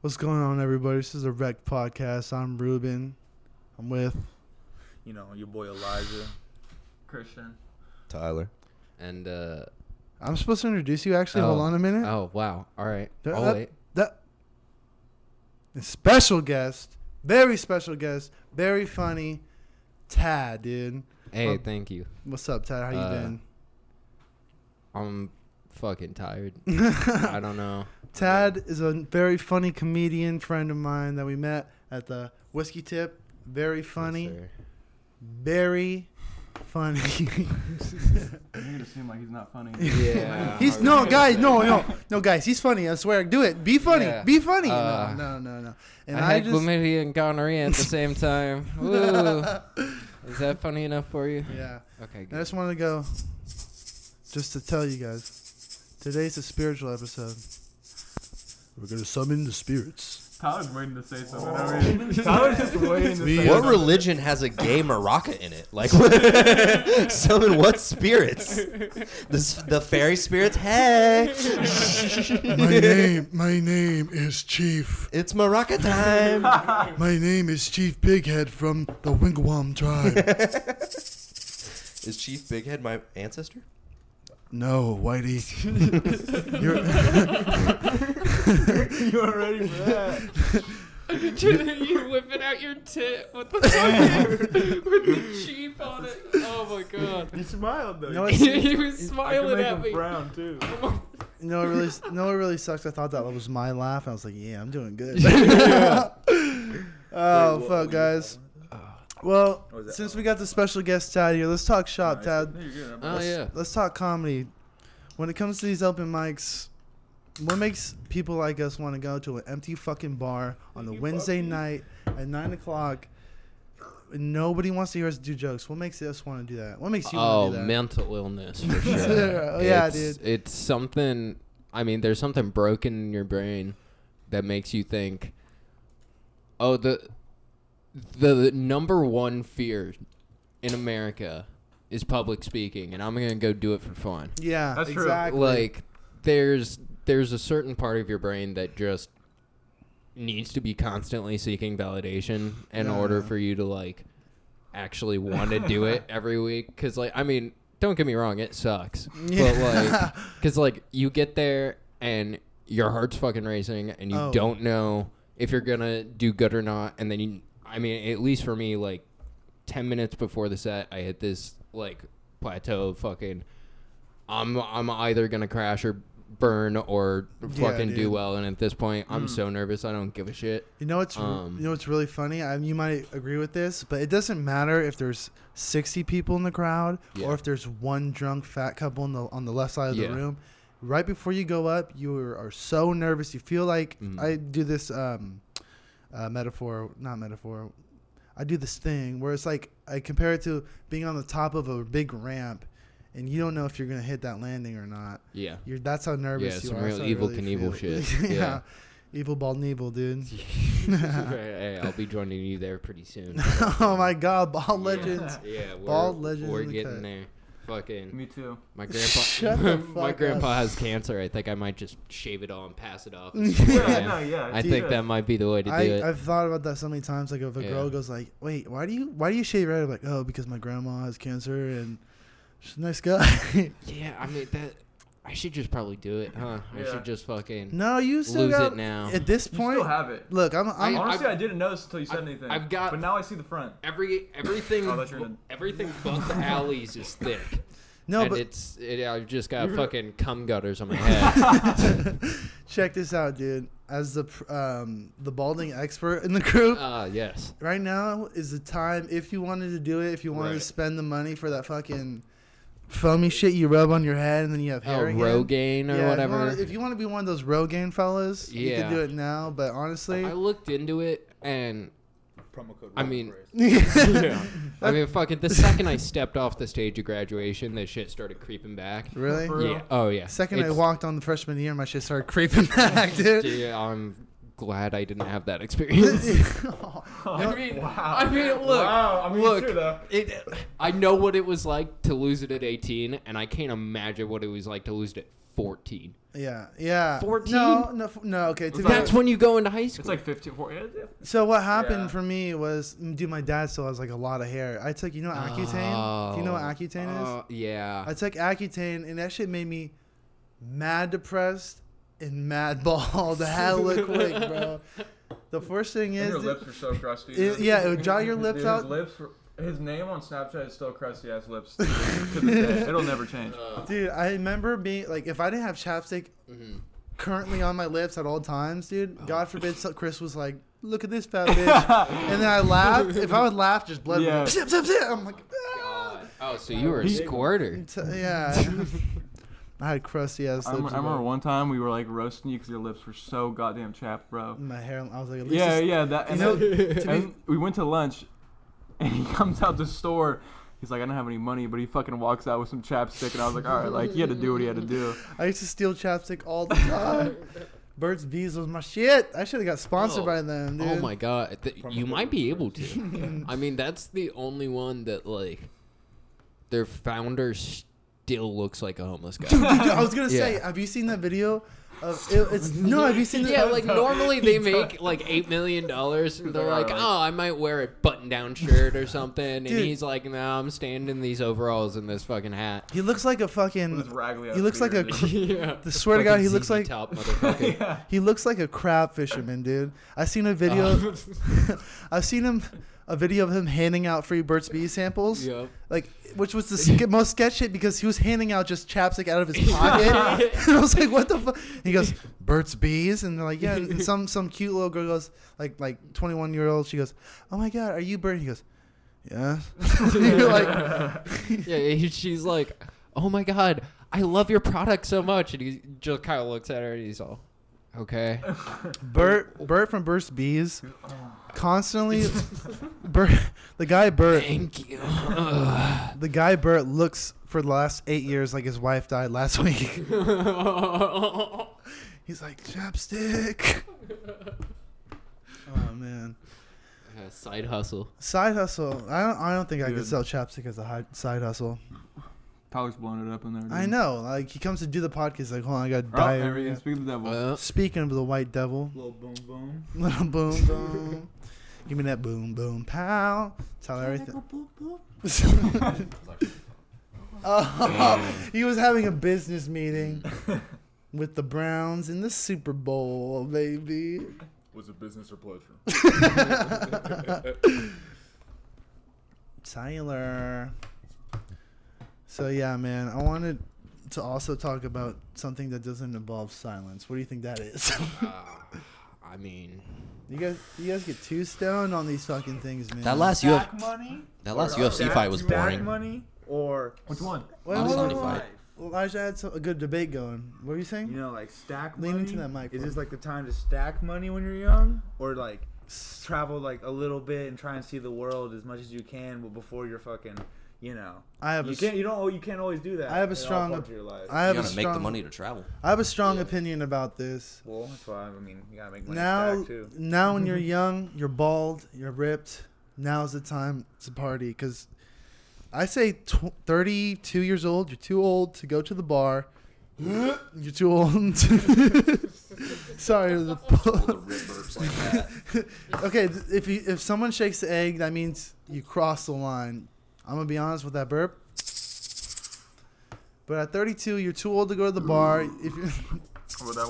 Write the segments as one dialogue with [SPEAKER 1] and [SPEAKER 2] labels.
[SPEAKER 1] What's going on, everybody? This is the Wreck Podcast. I'm Ruben. I'm with.
[SPEAKER 2] You know, your boy Elijah.
[SPEAKER 3] Christian.
[SPEAKER 4] Tyler.
[SPEAKER 3] And uh
[SPEAKER 1] I'm supposed to introduce you. Actually, hold
[SPEAKER 3] Oh.
[SPEAKER 1] on a minute.
[SPEAKER 3] oh wow. All right.
[SPEAKER 1] Th-
[SPEAKER 3] I'll
[SPEAKER 1] that-
[SPEAKER 3] wait.
[SPEAKER 1] That and special guest, very special guest, very funny, Tad, dude.
[SPEAKER 3] Hey,
[SPEAKER 1] well-
[SPEAKER 3] thank you.
[SPEAKER 1] What's up, Tad? How you
[SPEAKER 3] Uh,
[SPEAKER 1] been?
[SPEAKER 3] I'm fucking tired. I don't know.
[SPEAKER 1] Tad is a very funny comedian friend of mine that we met at the Whiskey Tip. Very funny,
[SPEAKER 3] Yes, sir.
[SPEAKER 1] very funny.
[SPEAKER 5] made it seem like he's not funny.
[SPEAKER 3] Yeah.
[SPEAKER 1] He's no guys, no, no, no, guys. He's funny. I swear, do it. Be funny.
[SPEAKER 3] Yeah.
[SPEAKER 1] Be funny.
[SPEAKER 3] Uh,
[SPEAKER 1] no, no, no, no. And
[SPEAKER 3] I
[SPEAKER 1] I,
[SPEAKER 3] had
[SPEAKER 1] just,
[SPEAKER 3] chlamydia and gonorrhea at the same time. Woo. Is that funny enough for you?
[SPEAKER 1] yeah.
[SPEAKER 3] Okay,
[SPEAKER 1] I
[SPEAKER 3] good.
[SPEAKER 1] just wanted to go, just to tell you guys, today's a spiritual episode. We're gonna summon the spirits.
[SPEAKER 5] Tyler's waiting to say something. I mean, Tyler's just waiting to
[SPEAKER 1] We,
[SPEAKER 5] say
[SPEAKER 1] uh,
[SPEAKER 4] What religion has a gay maraca in it? Like, what- summon what spirits? The, s- the fairy spirits? Hey!
[SPEAKER 1] my name, my name is Chief.
[SPEAKER 4] It's maraca time!
[SPEAKER 1] My name is Chief Pighead from the Wigwam tribe.
[SPEAKER 4] Is Chief Bighead my ancestor?
[SPEAKER 1] no, Whitey. You're,
[SPEAKER 5] something. You were ready for that.
[SPEAKER 3] You're whipping out your tit with the with the cheap on it. Oh my god.
[SPEAKER 5] You smiled though.
[SPEAKER 1] No,
[SPEAKER 5] You-
[SPEAKER 1] it's-
[SPEAKER 3] he was
[SPEAKER 5] I can make him frown too.
[SPEAKER 1] you know, it really, you know, it really sucks. I thought that was my laugh. I was like, yeah, I'm doing good. oh fuck, guys. Well,
[SPEAKER 2] What was that?
[SPEAKER 1] since we got the special guest Tad here, let's talk shop,
[SPEAKER 2] Nice.
[SPEAKER 1] Tad.
[SPEAKER 2] No, you're good. I'm-
[SPEAKER 3] Oh yeah.
[SPEAKER 1] Let's talk comedy. When it comes to these open mics, what makes people like us want to go to an empty fucking bar on a Wednesday night at nine o'clock? and Nobody wants to hear us do jokes. What makes us want to do that? What makes you
[SPEAKER 3] oh,
[SPEAKER 1] want to do that?
[SPEAKER 3] mental illness for
[SPEAKER 1] Yeah.
[SPEAKER 3] sure.
[SPEAKER 1] Oh, yeah,
[SPEAKER 3] it's,
[SPEAKER 1] dude.
[SPEAKER 3] It's something. I mean, there's something broken in your brain that makes you think. Oh, the the number one fear in America is public speaking, and I'm gonna go do it for fun.
[SPEAKER 1] Yeah,
[SPEAKER 5] That's true.
[SPEAKER 1] exactly.
[SPEAKER 3] Like, there's there's a certain part of your brain that just needs to be constantly seeking validation in
[SPEAKER 1] Yeah.
[SPEAKER 3] order for you to like actually want to do it every week because like i mean don't get me wrong it sucks but like because like you get there and your heart's fucking racing and you
[SPEAKER 1] Oh.
[SPEAKER 3] don't know if you're gonna do good or not and then you i mean at least for me like 10 minutes before the set i hit this like plateau of fucking i'm i'm either gonna crash or burn or
[SPEAKER 1] Yeah,
[SPEAKER 3] fucking do
[SPEAKER 1] dude. Mm.
[SPEAKER 3] well and at this point i'm so nervous i don't give a shit
[SPEAKER 1] You know what's
[SPEAKER 3] Um,
[SPEAKER 1] you know what's really funny? I mean, you might agree with this, but it doesn't matter if there's 60 people in the crowd
[SPEAKER 3] Yeah.
[SPEAKER 1] or if there's one drunk fat couple on the on the left side of
[SPEAKER 3] Yeah.
[SPEAKER 1] the room. Right before you go up, you are, are so nervous. You feel like
[SPEAKER 3] Mhm.
[SPEAKER 1] I do this um, uh, metaphor, not metaphor. I do this thing where it's like I compare it to being on the top of a big ramp, and you don't know if you're gonna hit that landing or not.
[SPEAKER 3] yeah
[SPEAKER 1] You're that's how nervous
[SPEAKER 3] Yeah,
[SPEAKER 1] you
[SPEAKER 3] some
[SPEAKER 1] are.
[SPEAKER 3] real
[SPEAKER 1] That's how I
[SPEAKER 3] Evel Knievel
[SPEAKER 1] feel.
[SPEAKER 3] shit.
[SPEAKER 1] yeah.
[SPEAKER 3] Yeah.
[SPEAKER 1] evil bald Knievel, dude.
[SPEAKER 3] hey, I'll be joining you there pretty soon.
[SPEAKER 1] oh my god, ball legends.
[SPEAKER 3] Yeah, we're,
[SPEAKER 1] Bald legends
[SPEAKER 3] we're
[SPEAKER 1] in the
[SPEAKER 3] getting
[SPEAKER 1] cut.
[SPEAKER 3] there. Fucking
[SPEAKER 5] Me too.
[SPEAKER 3] my grandpa.
[SPEAKER 1] Shut the fuck
[SPEAKER 3] my
[SPEAKER 1] up.
[SPEAKER 3] grandpa has cancer. I think I might just shave it all and pass it off.
[SPEAKER 1] Yeah,
[SPEAKER 5] Yeah, no, yeah.
[SPEAKER 3] I
[SPEAKER 5] it's
[SPEAKER 3] think
[SPEAKER 5] good.
[SPEAKER 3] that might be the way to do
[SPEAKER 1] I,
[SPEAKER 3] it.
[SPEAKER 1] I've thought about that so many times. Like if a girl
[SPEAKER 3] Yeah.
[SPEAKER 1] goes like, "Wait, why do you why do you shave your head?" I'm like, "Oh, because my grandma has cancer and she's a nice guy."
[SPEAKER 3] yeah, I mean that. I should just probably do it, huh? I
[SPEAKER 5] Yeah.
[SPEAKER 3] should just fucking.
[SPEAKER 1] no, you still
[SPEAKER 3] Lose
[SPEAKER 1] got-
[SPEAKER 3] it now.
[SPEAKER 1] At this
[SPEAKER 5] You
[SPEAKER 1] point,
[SPEAKER 5] still have it.
[SPEAKER 1] look, I'm I'm
[SPEAKER 3] I-
[SPEAKER 5] Honestly, I, didn't notice until you said
[SPEAKER 3] I've-
[SPEAKER 5] anything.
[SPEAKER 3] I've got-
[SPEAKER 5] But now I see the front.
[SPEAKER 3] Every everything
[SPEAKER 5] Oh, that's your-
[SPEAKER 3] bu- everything but the alleys is thick.
[SPEAKER 1] no,
[SPEAKER 3] and
[SPEAKER 1] but
[SPEAKER 3] it's it, I've just got fucking cum gutters on my head.
[SPEAKER 1] check this out, dude. As the pr- um the balding expert in the group,
[SPEAKER 3] Ah, yes.
[SPEAKER 1] right now is the time if you wanted to do it, if you wanted to
[SPEAKER 3] Right.
[SPEAKER 1] spend the money for that fucking foamy shit you rub on your head and then you have
[SPEAKER 3] Oh,
[SPEAKER 1] hair again.
[SPEAKER 3] Rogaine or
[SPEAKER 1] Yeah,
[SPEAKER 3] whatever.
[SPEAKER 1] If you, wanna, if you wanna be one of those Rogaine fellas, you
[SPEAKER 3] Yeah.
[SPEAKER 1] can do it now. But honestly,
[SPEAKER 3] I looked into it and
[SPEAKER 2] Promo code.
[SPEAKER 3] I mean-
[SPEAKER 2] Rubenbrace.
[SPEAKER 3] I mean, fucking. The second I stepped off the stage of graduation, this shit started creeping back.
[SPEAKER 1] really.
[SPEAKER 5] For-
[SPEAKER 3] Yeah. Oh yeah.
[SPEAKER 1] Second, I
[SPEAKER 3] It's-
[SPEAKER 1] walked on the freshman year, my shit started creeping back, dude.
[SPEAKER 3] Yeah, I'm glad I didn't have that experience. I mean,
[SPEAKER 5] wow.
[SPEAKER 3] I mean, look,
[SPEAKER 5] Wow. I mean,
[SPEAKER 3] look.
[SPEAKER 5] true, though.
[SPEAKER 3] It, I know what it was like to lose it at 18, and I can't imagine what it was like to lose it at 14.
[SPEAKER 1] Yeah, yeah.
[SPEAKER 3] 14?
[SPEAKER 1] No, no, f- no. Okay, to
[SPEAKER 5] It's
[SPEAKER 1] be
[SPEAKER 5] like-
[SPEAKER 1] honest-
[SPEAKER 3] That's when you go into high
[SPEAKER 5] It's
[SPEAKER 3] school.
[SPEAKER 5] like 15, 40. yeah, yeah.
[SPEAKER 1] So what happened
[SPEAKER 5] Yeah.
[SPEAKER 1] for me was, mm, dude, my dad still has like a lot of hair. I took, you know, Accutane. Do you know what
[SPEAKER 3] Oh.
[SPEAKER 1] Accutane is?
[SPEAKER 3] Uh, yeah.
[SPEAKER 1] I took Accutane, and that shit made me mad depressed and mad bald hella quick, bro. The first thing
[SPEAKER 5] And
[SPEAKER 1] is,
[SPEAKER 5] your
[SPEAKER 1] dude,
[SPEAKER 5] lips are so crusty.
[SPEAKER 1] it-
[SPEAKER 5] dude.
[SPEAKER 1] yeah, it would dry your lips
[SPEAKER 5] Dude,
[SPEAKER 1] out.
[SPEAKER 5] His lips. were- His name on Snapchat is still crusty ass lips. to this day. It'll never change.
[SPEAKER 1] dude, I remember being like, if I didn't have chapstick
[SPEAKER 3] Mhm.
[SPEAKER 1] currently on my lips at all times, dude,
[SPEAKER 3] Oh.
[SPEAKER 1] God forbid, so Chris was like, look at this fat bitch, and then I laughed. If I would laugh, just blood.
[SPEAKER 5] Yeah.
[SPEAKER 1] would zip, zip, zip. I'm like, ah.
[SPEAKER 3] God. Oh, so you were a squirter.
[SPEAKER 1] T- yeah. I had crusty ass lips.
[SPEAKER 5] I remember, I
[SPEAKER 1] bro.
[SPEAKER 5] remember one time we were like roasting you because your lips were so goddamn chapped, bro.
[SPEAKER 1] my hair. I was like, at least
[SPEAKER 5] Yeah,
[SPEAKER 1] it's-
[SPEAKER 5] yeah, that. And,
[SPEAKER 1] know,
[SPEAKER 5] then-
[SPEAKER 1] to be-
[SPEAKER 5] and we went to lunch, and he comes out the store. He's like, I don't have any money, but he fucking walks out with some chapstick, and I was like, all right, like he had to do what he had to do.
[SPEAKER 1] I used to steal chapstick all the time. Burt's Bees was my shit. I should have got sponsored
[SPEAKER 3] Oh.
[SPEAKER 1] by them, dude.
[SPEAKER 3] Oh my god. Th- you
[SPEAKER 2] Probably
[SPEAKER 3] might be able to. I mean, that's the only one that like their founder still looks like a homeless
[SPEAKER 1] Dude,
[SPEAKER 3] guy.
[SPEAKER 1] dude, dude, I was gonna say,
[SPEAKER 3] Yeah.
[SPEAKER 1] have you seen that video? Of it, it's no, have you seen? The,
[SPEAKER 3] Yeah, like normally they make like eight million dollars, and they're like,
[SPEAKER 5] Alright.
[SPEAKER 3] "Oh, I might wear a button-down shirt or something," and
[SPEAKER 1] Dude.
[SPEAKER 3] he's like, "No, I'm standing in these overalls and this fucking hat."
[SPEAKER 1] he looks like a
[SPEAKER 5] With his
[SPEAKER 1] fucking.
[SPEAKER 5] raggly
[SPEAKER 1] He
[SPEAKER 5] ass
[SPEAKER 1] looks like a.
[SPEAKER 5] beard,
[SPEAKER 1] Cr-
[SPEAKER 5] dude.
[SPEAKER 3] yeah.
[SPEAKER 1] the swear to God, he looks like
[SPEAKER 3] top motherfucker.
[SPEAKER 5] yeah.
[SPEAKER 1] he looks like a crab fisherman, dude. I seen a video. I've seen him a video of him handing out free Burt's Bees samples.
[SPEAKER 3] Yup.
[SPEAKER 1] like which was the sk- most sketch shit because he was handing out just chapstick out of his pocket. and I was like, what the fuck? He goes, Burt's Bees, and they're like, yeah. And some some cute little girl goes, like like 21 year old, she goes, oh my god, are you Bert? He goes, yeah. You're like,
[SPEAKER 3] Yeah, he- she's like, "Oh my god, I love your product so much," and he just kind of looks at her and he's all, "Okay."
[SPEAKER 1] Bert Bert from Burt's Bees, constantly. Bert, the guy Bert,
[SPEAKER 3] Thank you. Ugh.
[SPEAKER 1] the guy Bert looks for the last eight years like his wife died last week. He's like chapstick. oh man.
[SPEAKER 3] Yeah, Side hustle.
[SPEAKER 1] Side hustle. I don't. I don't think I could
[SPEAKER 5] Dude.
[SPEAKER 1] sell chapstick as a hi- side hustle.
[SPEAKER 5] Tyler's blowing it up in there. Dude.
[SPEAKER 1] I know. Like he comes to do the podcast. Like, hold on, I got
[SPEAKER 5] Mm. Oh, there he
[SPEAKER 1] diarrhea.
[SPEAKER 5] is. Speak of the devil.
[SPEAKER 3] Uh,
[SPEAKER 1] Speaking of the white devil,
[SPEAKER 2] Little boom boom.
[SPEAKER 1] little boom boom. Give me that boom boom pow. Tell everything. oh, he was having a business meeting with the Browns in the Super Bowl, baby.
[SPEAKER 2] Was it business or pleasure?
[SPEAKER 1] Tyler. So yeah, man, I wanted to also talk about something that doesn't involve silence. What do you think that is?
[SPEAKER 3] I mean,
[SPEAKER 1] you guys, you guys get too stoned on these fucking things, man.
[SPEAKER 4] That last U-
[SPEAKER 2] Back money.
[SPEAKER 4] that last
[SPEAKER 2] Or
[SPEAKER 4] UFC
[SPEAKER 2] back-
[SPEAKER 4] fight was
[SPEAKER 2] back
[SPEAKER 4] boring.
[SPEAKER 2] money or
[SPEAKER 5] Which one?
[SPEAKER 1] wait,
[SPEAKER 4] I'm
[SPEAKER 1] hold on,
[SPEAKER 4] sorry.
[SPEAKER 1] hold on. Elijah had some, a good debate going. What were you saying?
[SPEAKER 2] You know, like stack money.
[SPEAKER 1] Lean into that mic,
[SPEAKER 2] Is
[SPEAKER 1] bro.
[SPEAKER 2] this like the time to stack money when you're young, or like s- travel like a little bit and try and see the world as much as you can, but before you're fucking, you know,
[SPEAKER 1] I have a
[SPEAKER 2] you
[SPEAKER 1] s-
[SPEAKER 2] can't. You don't. al- You can't always do that.
[SPEAKER 1] I have a
[SPEAKER 2] in all
[SPEAKER 1] strong
[SPEAKER 2] parts of your life.
[SPEAKER 1] I
[SPEAKER 4] You
[SPEAKER 1] have a
[SPEAKER 4] gotta
[SPEAKER 1] strong,
[SPEAKER 4] make the money to travel.
[SPEAKER 1] I have a strong
[SPEAKER 3] Yeah.
[SPEAKER 1] opinion about this.
[SPEAKER 2] well, that's why I mean, you gotta make money
[SPEAKER 1] now,
[SPEAKER 2] stack too.
[SPEAKER 1] now when you're young, you're bald, you're ripped. Now's the time to party because I say tw- 32 years old, you're too old to go to the bar. you're too old. to- Sorry. the okay, th- if you, if someone shakes the egg, that means you cross the line. I'm gonna be honest with that burp. But at 32, you're too old to go to the bar. If you
[SPEAKER 5] How about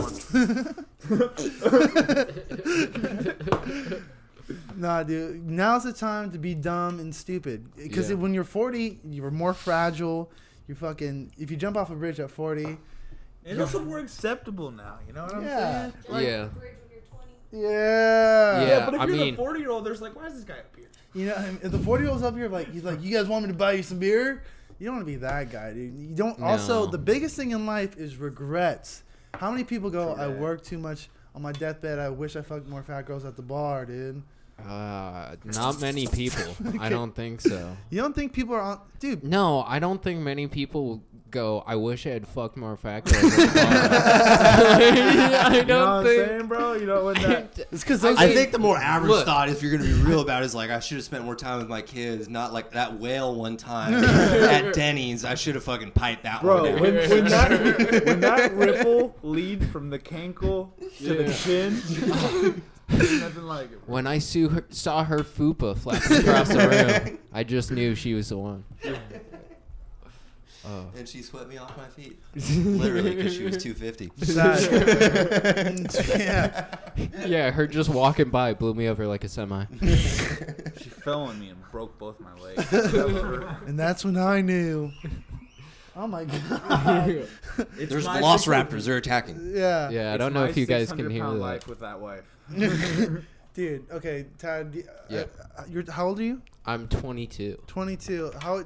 [SPEAKER 5] that one?
[SPEAKER 1] Nah, dude. Now's the time to be dumb and stupid. Because
[SPEAKER 3] Yeah.
[SPEAKER 1] when you're 40, you're more fragile. You fucking. If you jump off a bridge at 40,
[SPEAKER 2] It's also more acceptable now. You know what I'm
[SPEAKER 1] Yeah.
[SPEAKER 2] saying?
[SPEAKER 3] yeah,
[SPEAKER 6] bridge when you're 20.
[SPEAKER 1] yeah.
[SPEAKER 3] Yeah.
[SPEAKER 2] but if
[SPEAKER 3] I
[SPEAKER 2] you're
[SPEAKER 3] mean-
[SPEAKER 2] the 40 year old, there's like, why is this guy up here?
[SPEAKER 1] You know, and if the 40 year old's up here, like he's like, you guys want me to buy you some beer? You don't want to be that guy, dude. You don't. Also,
[SPEAKER 3] No.
[SPEAKER 1] the biggest thing in life is regrets. How many people go, I
[SPEAKER 2] Correct.
[SPEAKER 1] work too much on my deathbed. I wish I fucked more fat girls at the bar, dude.
[SPEAKER 3] Uh, not many people. I don't think so.
[SPEAKER 1] You don't think people are on, dude?
[SPEAKER 3] No, I don't think many people go. I wish I had fucked more factors. I
[SPEAKER 2] You know
[SPEAKER 3] don't
[SPEAKER 2] what I'm saying,
[SPEAKER 3] think.
[SPEAKER 2] bro? You know what that?
[SPEAKER 1] It's because
[SPEAKER 3] I
[SPEAKER 1] those.
[SPEAKER 4] I
[SPEAKER 3] mean,
[SPEAKER 4] think the more average
[SPEAKER 3] look.
[SPEAKER 4] thought, if you're gonna be real about, it, is like I should have spent more time with my kids, not like that whale one time at Denny's. I should have fucking piped that
[SPEAKER 2] Bro,
[SPEAKER 4] one.
[SPEAKER 2] when,
[SPEAKER 4] out.
[SPEAKER 2] when, that, when that ripple lead from the cankle to the
[SPEAKER 5] Yeah.
[SPEAKER 2] chin, there's nothing like it.
[SPEAKER 3] When I saw her, saw her fupa flapping across the room, I just knew she was the one. Oh.
[SPEAKER 4] and she swept me off my feet, literally, because she was 250.
[SPEAKER 1] Sad. yeah.
[SPEAKER 3] Yeah, her just walking by blew me over like a semi.
[SPEAKER 2] She fell on me and broke both my legs. That hurt.
[SPEAKER 1] And that's when I knew. Oh my god.
[SPEAKER 2] It's
[SPEAKER 4] There's
[SPEAKER 2] my
[SPEAKER 4] velociraptors. They're attacking.
[SPEAKER 1] Yeah.
[SPEAKER 3] Yeah, I
[SPEAKER 2] It's
[SPEAKER 3] don't know
[SPEAKER 2] my
[SPEAKER 3] if you guys can hear
[SPEAKER 2] 600-pound
[SPEAKER 3] that.
[SPEAKER 2] Life with that wife.
[SPEAKER 1] Dude. Okay, Tad. d- uh,
[SPEAKER 3] Yeah.
[SPEAKER 1] uh, you're how old are you?
[SPEAKER 3] I'm 22.
[SPEAKER 1] 22. How?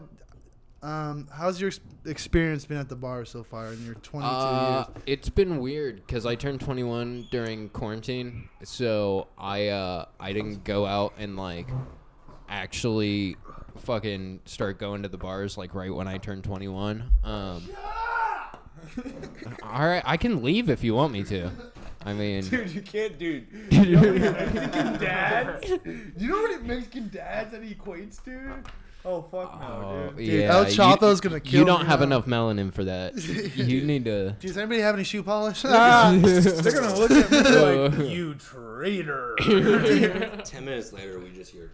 [SPEAKER 1] Um, how's your s- experience been at the bar so far in your 22
[SPEAKER 3] Uh,
[SPEAKER 1] years?
[SPEAKER 3] it's been weird because I turned 21 during quarantine, so I uh, I didn't go out and like actually fucking start going to the bars like right when I turned 21. Um, all right, I can leave if you want me to. I mean,
[SPEAKER 2] Dude, you can't, dude. You know what Mexican dads? You know what Mexican dads that equates to? Oh fuck
[SPEAKER 3] oh,
[SPEAKER 2] no, dude.
[SPEAKER 1] Dude,
[SPEAKER 3] yeah,
[SPEAKER 1] El
[SPEAKER 3] you-
[SPEAKER 1] Chapo's gonna
[SPEAKER 3] You
[SPEAKER 1] kill
[SPEAKER 3] don't
[SPEAKER 1] me
[SPEAKER 3] have
[SPEAKER 1] now.
[SPEAKER 3] enough melanin for that. you need to.
[SPEAKER 1] Does anybody have any shoe polish? Ah!
[SPEAKER 2] They're gonna look at me
[SPEAKER 3] Uh.
[SPEAKER 2] like you traitor.
[SPEAKER 4] Ten minutes later, we just hear.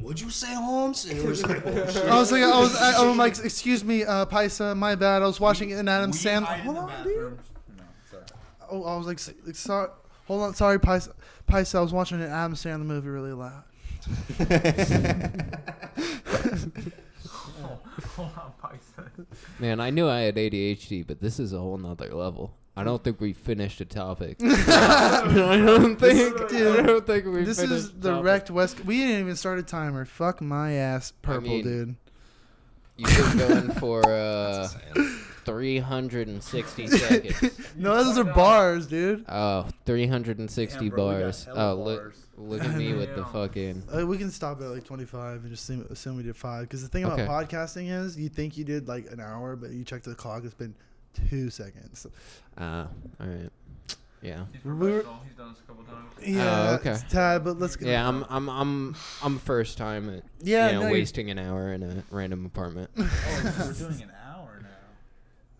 [SPEAKER 4] Would you say Holmes? And we're just like, oh, shit.
[SPEAKER 1] I was like, I was, I, I'm like, excuse me, uh, Paisa, my bad. I was watching an Adam
[SPEAKER 4] We
[SPEAKER 1] Sandler.
[SPEAKER 4] hide in the
[SPEAKER 1] Hold on, dude.
[SPEAKER 4] bathroom.
[SPEAKER 2] No, sorry.
[SPEAKER 1] Oh, I was like, s- like, sorry. Hold on, sorry, Paisa. Paisa, I was watching an Adam Sandler movie really loud.
[SPEAKER 2] Hold on, Bison.
[SPEAKER 3] Man, I knew I had ADHD, but this is a whole nother level. I don't think we finished a topic. I don't think. I don't think we.
[SPEAKER 1] This
[SPEAKER 3] finished
[SPEAKER 1] is
[SPEAKER 3] a
[SPEAKER 1] the
[SPEAKER 3] topic.
[SPEAKER 1] wrecked West. We didn't even start a timer. Fuck my ass, purple
[SPEAKER 3] mean-
[SPEAKER 1] dude.
[SPEAKER 3] You've been going for uh, 360 seconds.
[SPEAKER 1] No, those are bars, dude.
[SPEAKER 3] Oh, 360
[SPEAKER 2] Damn, bro, we got
[SPEAKER 3] bars.
[SPEAKER 2] hella
[SPEAKER 3] Oh, look,
[SPEAKER 2] bars.
[SPEAKER 3] look at me with the
[SPEAKER 2] Damn.
[SPEAKER 3] fucking.
[SPEAKER 1] Uh, we can stop at like 25 and just assume, assume we did five. Because the thing about
[SPEAKER 3] Okay.
[SPEAKER 1] podcasting is, you think you did like an hour, but you check the clock, it's been two seconds.
[SPEAKER 3] Ah, all right. Yeah.
[SPEAKER 5] He's
[SPEAKER 1] professional.
[SPEAKER 5] He's done this a couple times.
[SPEAKER 1] Yeah,
[SPEAKER 3] Uh, okay.
[SPEAKER 1] it's Tad, but let's go.
[SPEAKER 3] Yeah, I'm, I'm, I'm, I'm first time at
[SPEAKER 1] Yeah,
[SPEAKER 3] you know,
[SPEAKER 1] no, you-
[SPEAKER 3] wasting an hour in a random apartment.
[SPEAKER 2] Oh, so we're doing an hour now.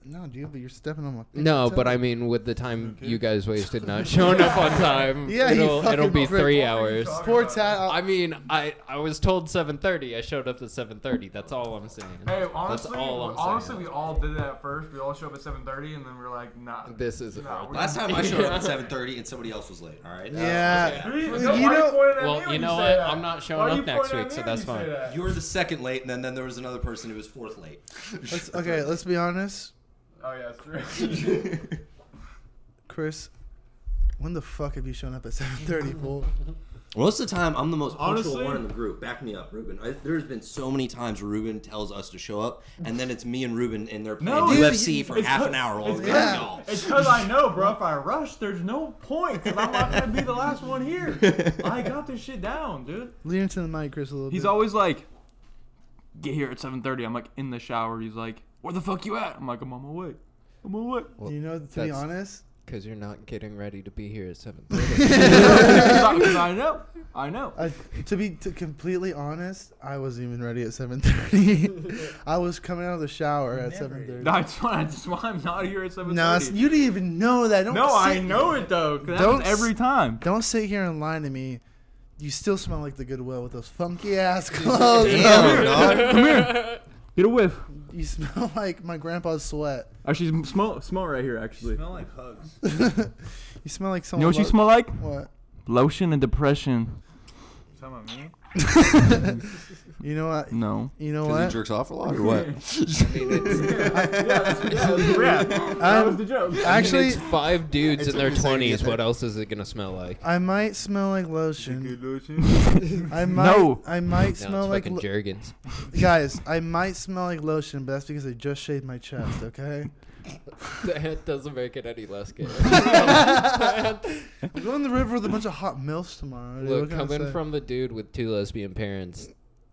[SPEAKER 1] No, dude, but you're stepping on my.
[SPEAKER 3] No,
[SPEAKER 1] fucking
[SPEAKER 3] but
[SPEAKER 1] toe.
[SPEAKER 3] I mean, with the time you guys wasted not showing up on time,
[SPEAKER 1] Yeah, you
[SPEAKER 3] it'll, it'll
[SPEAKER 1] fucking
[SPEAKER 3] be
[SPEAKER 1] prick.
[SPEAKER 3] three
[SPEAKER 1] What
[SPEAKER 3] hours.
[SPEAKER 1] Poor Tad.
[SPEAKER 3] I mean, I, I was told 7:30. I showed up at 7:30. That's all I'm saying.
[SPEAKER 5] Hey,
[SPEAKER 3] That's
[SPEAKER 5] honestly,
[SPEAKER 3] all I'm
[SPEAKER 5] honestly,
[SPEAKER 3] saying.
[SPEAKER 5] we all did that at first. We all showed up at 7:30, and then we were like, nah.
[SPEAKER 3] This is
[SPEAKER 5] Nah,
[SPEAKER 3] hard.
[SPEAKER 5] we're
[SPEAKER 4] Last time I showed up at 7:30 and somebody else was late. All right.
[SPEAKER 1] Yeah.
[SPEAKER 5] Why
[SPEAKER 1] You
[SPEAKER 5] are you
[SPEAKER 1] know-
[SPEAKER 5] pointing at me
[SPEAKER 3] well,
[SPEAKER 5] when
[SPEAKER 3] you know
[SPEAKER 5] say
[SPEAKER 3] what?
[SPEAKER 5] that?
[SPEAKER 3] I'm not
[SPEAKER 5] Why
[SPEAKER 3] showing
[SPEAKER 5] are you
[SPEAKER 3] up next
[SPEAKER 5] pointing
[SPEAKER 3] week,
[SPEAKER 5] at
[SPEAKER 3] so
[SPEAKER 5] me when
[SPEAKER 3] that's
[SPEAKER 5] you say
[SPEAKER 3] fine.
[SPEAKER 5] that?
[SPEAKER 4] You were the second late, and then, then there was another person who was fourth late.
[SPEAKER 1] Let's, okay, let's be honest,
[SPEAKER 5] Oh yeah, it's true.
[SPEAKER 1] Chris. When the fuck have you shown up at 7:30, fool?
[SPEAKER 4] Most of the time, I'm the most punctual
[SPEAKER 5] Honestly-
[SPEAKER 4] one in the group. Back me up, Ruben. I, there's been so many times Ruben tells us to show up, and then it's me and Ruben, and they're playing
[SPEAKER 5] No, it's-
[SPEAKER 4] UFC for
[SPEAKER 5] it's
[SPEAKER 4] half
[SPEAKER 5] cut-
[SPEAKER 4] an hour. While
[SPEAKER 5] it's
[SPEAKER 4] we
[SPEAKER 5] cut.
[SPEAKER 4] got y'all.
[SPEAKER 5] It's because I know, bro. If I rush, there's no point. Cause I'm not gonna be the last one here. I got this shit down, dude.
[SPEAKER 1] Lean into the mic, Chris, a little
[SPEAKER 5] He's
[SPEAKER 1] bit.
[SPEAKER 5] always like, "Get here at 7:30." I'm like in the shower. He's like, "Where the fuck you at?" I'm like, "I'm on my way. I'm on my way."
[SPEAKER 1] You know, to be
[SPEAKER 3] That's-
[SPEAKER 1] honest,
[SPEAKER 3] Because you're not getting ready to be here at 7:30.
[SPEAKER 5] I know. I know.
[SPEAKER 1] I, to be to completely honest, I wasn't even ready at 7:30. I was coming out of the shower at 7:30.
[SPEAKER 5] That's why, that's why I'm not here at 7:30.
[SPEAKER 1] No, it's- you didn't even know that. Don't
[SPEAKER 5] no,
[SPEAKER 1] sit,
[SPEAKER 5] I know it though. 'cause that
[SPEAKER 1] Don't
[SPEAKER 5] happens every time.
[SPEAKER 1] Don't sit here and lie to me. You still smell like the Goodwill with those funky ass clothes.
[SPEAKER 4] Damn, dog.
[SPEAKER 5] Come here. Get a whiff.
[SPEAKER 1] You smell like my grandpa's sweat.
[SPEAKER 5] Actually, smell smell right here. Actually, you
[SPEAKER 2] Smell like hugs.
[SPEAKER 1] You smell like someone.
[SPEAKER 5] know what you
[SPEAKER 1] lo-
[SPEAKER 5] smell like?
[SPEAKER 1] What?
[SPEAKER 5] Lotion and depression.
[SPEAKER 2] Some of me.
[SPEAKER 1] You know what?
[SPEAKER 5] No.
[SPEAKER 1] You know
[SPEAKER 4] Because he
[SPEAKER 1] what?
[SPEAKER 4] jerks off a lot, or what?
[SPEAKER 5] That was the joke.
[SPEAKER 1] Actually,
[SPEAKER 3] it's five dudes in their
[SPEAKER 4] okay to say
[SPEAKER 3] 20s.
[SPEAKER 4] anything.
[SPEAKER 3] What else is it gonna smell like?
[SPEAKER 1] I might smell like lotion. I might.
[SPEAKER 5] No.
[SPEAKER 1] I might
[SPEAKER 3] No,
[SPEAKER 1] smell like
[SPEAKER 3] it's fucking
[SPEAKER 1] lo-
[SPEAKER 3] Jergens.
[SPEAKER 1] guys. I might smell like lotion, but that's because I just shaved my chest. Okay.
[SPEAKER 3] That doesn't make it any less gay.
[SPEAKER 1] We're going to the river with a bunch of hot milfs tomorrow. dude.
[SPEAKER 3] Look,
[SPEAKER 1] What can I
[SPEAKER 3] coming
[SPEAKER 1] say?
[SPEAKER 3] from the dude with two lesbian parents,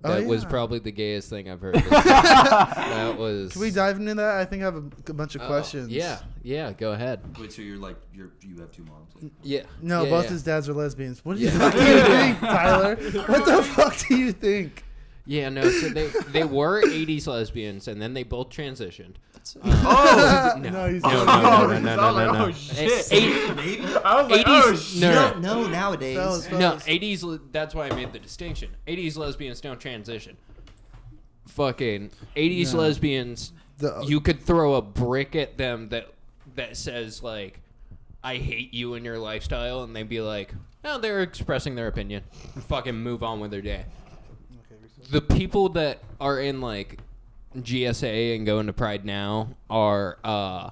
[SPEAKER 1] Oh,
[SPEAKER 3] that was
[SPEAKER 1] yeah.
[SPEAKER 3] probably the gayest thing I've heard. that was.
[SPEAKER 1] Can we dive into that? I think I have a, a bunch of
[SPEAKER 3] Oh,
[SPEAKER 1] questions.
[SPEAKER 3] Yeah, yeah. Go ahead.
[SPEAKER 6] Wait, so you're like you're you have two moms. Like,
[SPEAKER 3] Yeah.
[SPEAKER 1] No,
[SPEAKER 3] yeah,
[SPEAKER 1] both
[SPEAKER 3] yeah.
[SPEAKER 1] his dads are lesbians. What do you
[SPEAKER 3] Yeah.
[SPEAKER 1] fucking
[SPEAKER 3] Yeah.
[SPEAKER 1] think, Tyler? What the fuck do you think?
[SPEAKER 3] Yeah, no. So they they were '80s lesbians, and then they both transitioned.
[SPEAKER 1] Oh
[SPEAKER 3] no.
[SPEAKER 1] he's
[SPEAKER 3] No,
[SPEAKER 1] not.
[SPEAKER 3] no, no, no,
[SPEAKER 5] I
[SPEAKER 3] no,
[SPEAKER 5] was like,
[SPEAKER 3] no, no, no.
[SPEAKER 5] oh, shit.
[SPEAKER 3] Eight-
[SPEAKER 6] maybe.
[SPEAKER 5] I was like, oh,
[SPEAKER 3] 80s,
[SPEAKER 5] shit.
[SPEAKER 4] You
[SPEAKER 3] no,
[SPEAKER 4] don't know nowadays.
[SPEAKER 1] Fellas,
[SPEAKER 3] no,
[SPEAKER 1] fellas.
[SPEAKER 3] 80s. le- That's why I made the distinction. 80s lesbians don't transition. Fucking 80s
[SPEAKER 1] No.
[SPEAKER 3] lesbians.
[SPEAKER 1] The-
[SPEAKER 3] you could throw a brick at them that that says like, "I hate you and your lifestyle," and they'd be like, "No, they're expressing their opinion." And fucking move on with their day. The people that are in like GSA and going to Pride now are uh,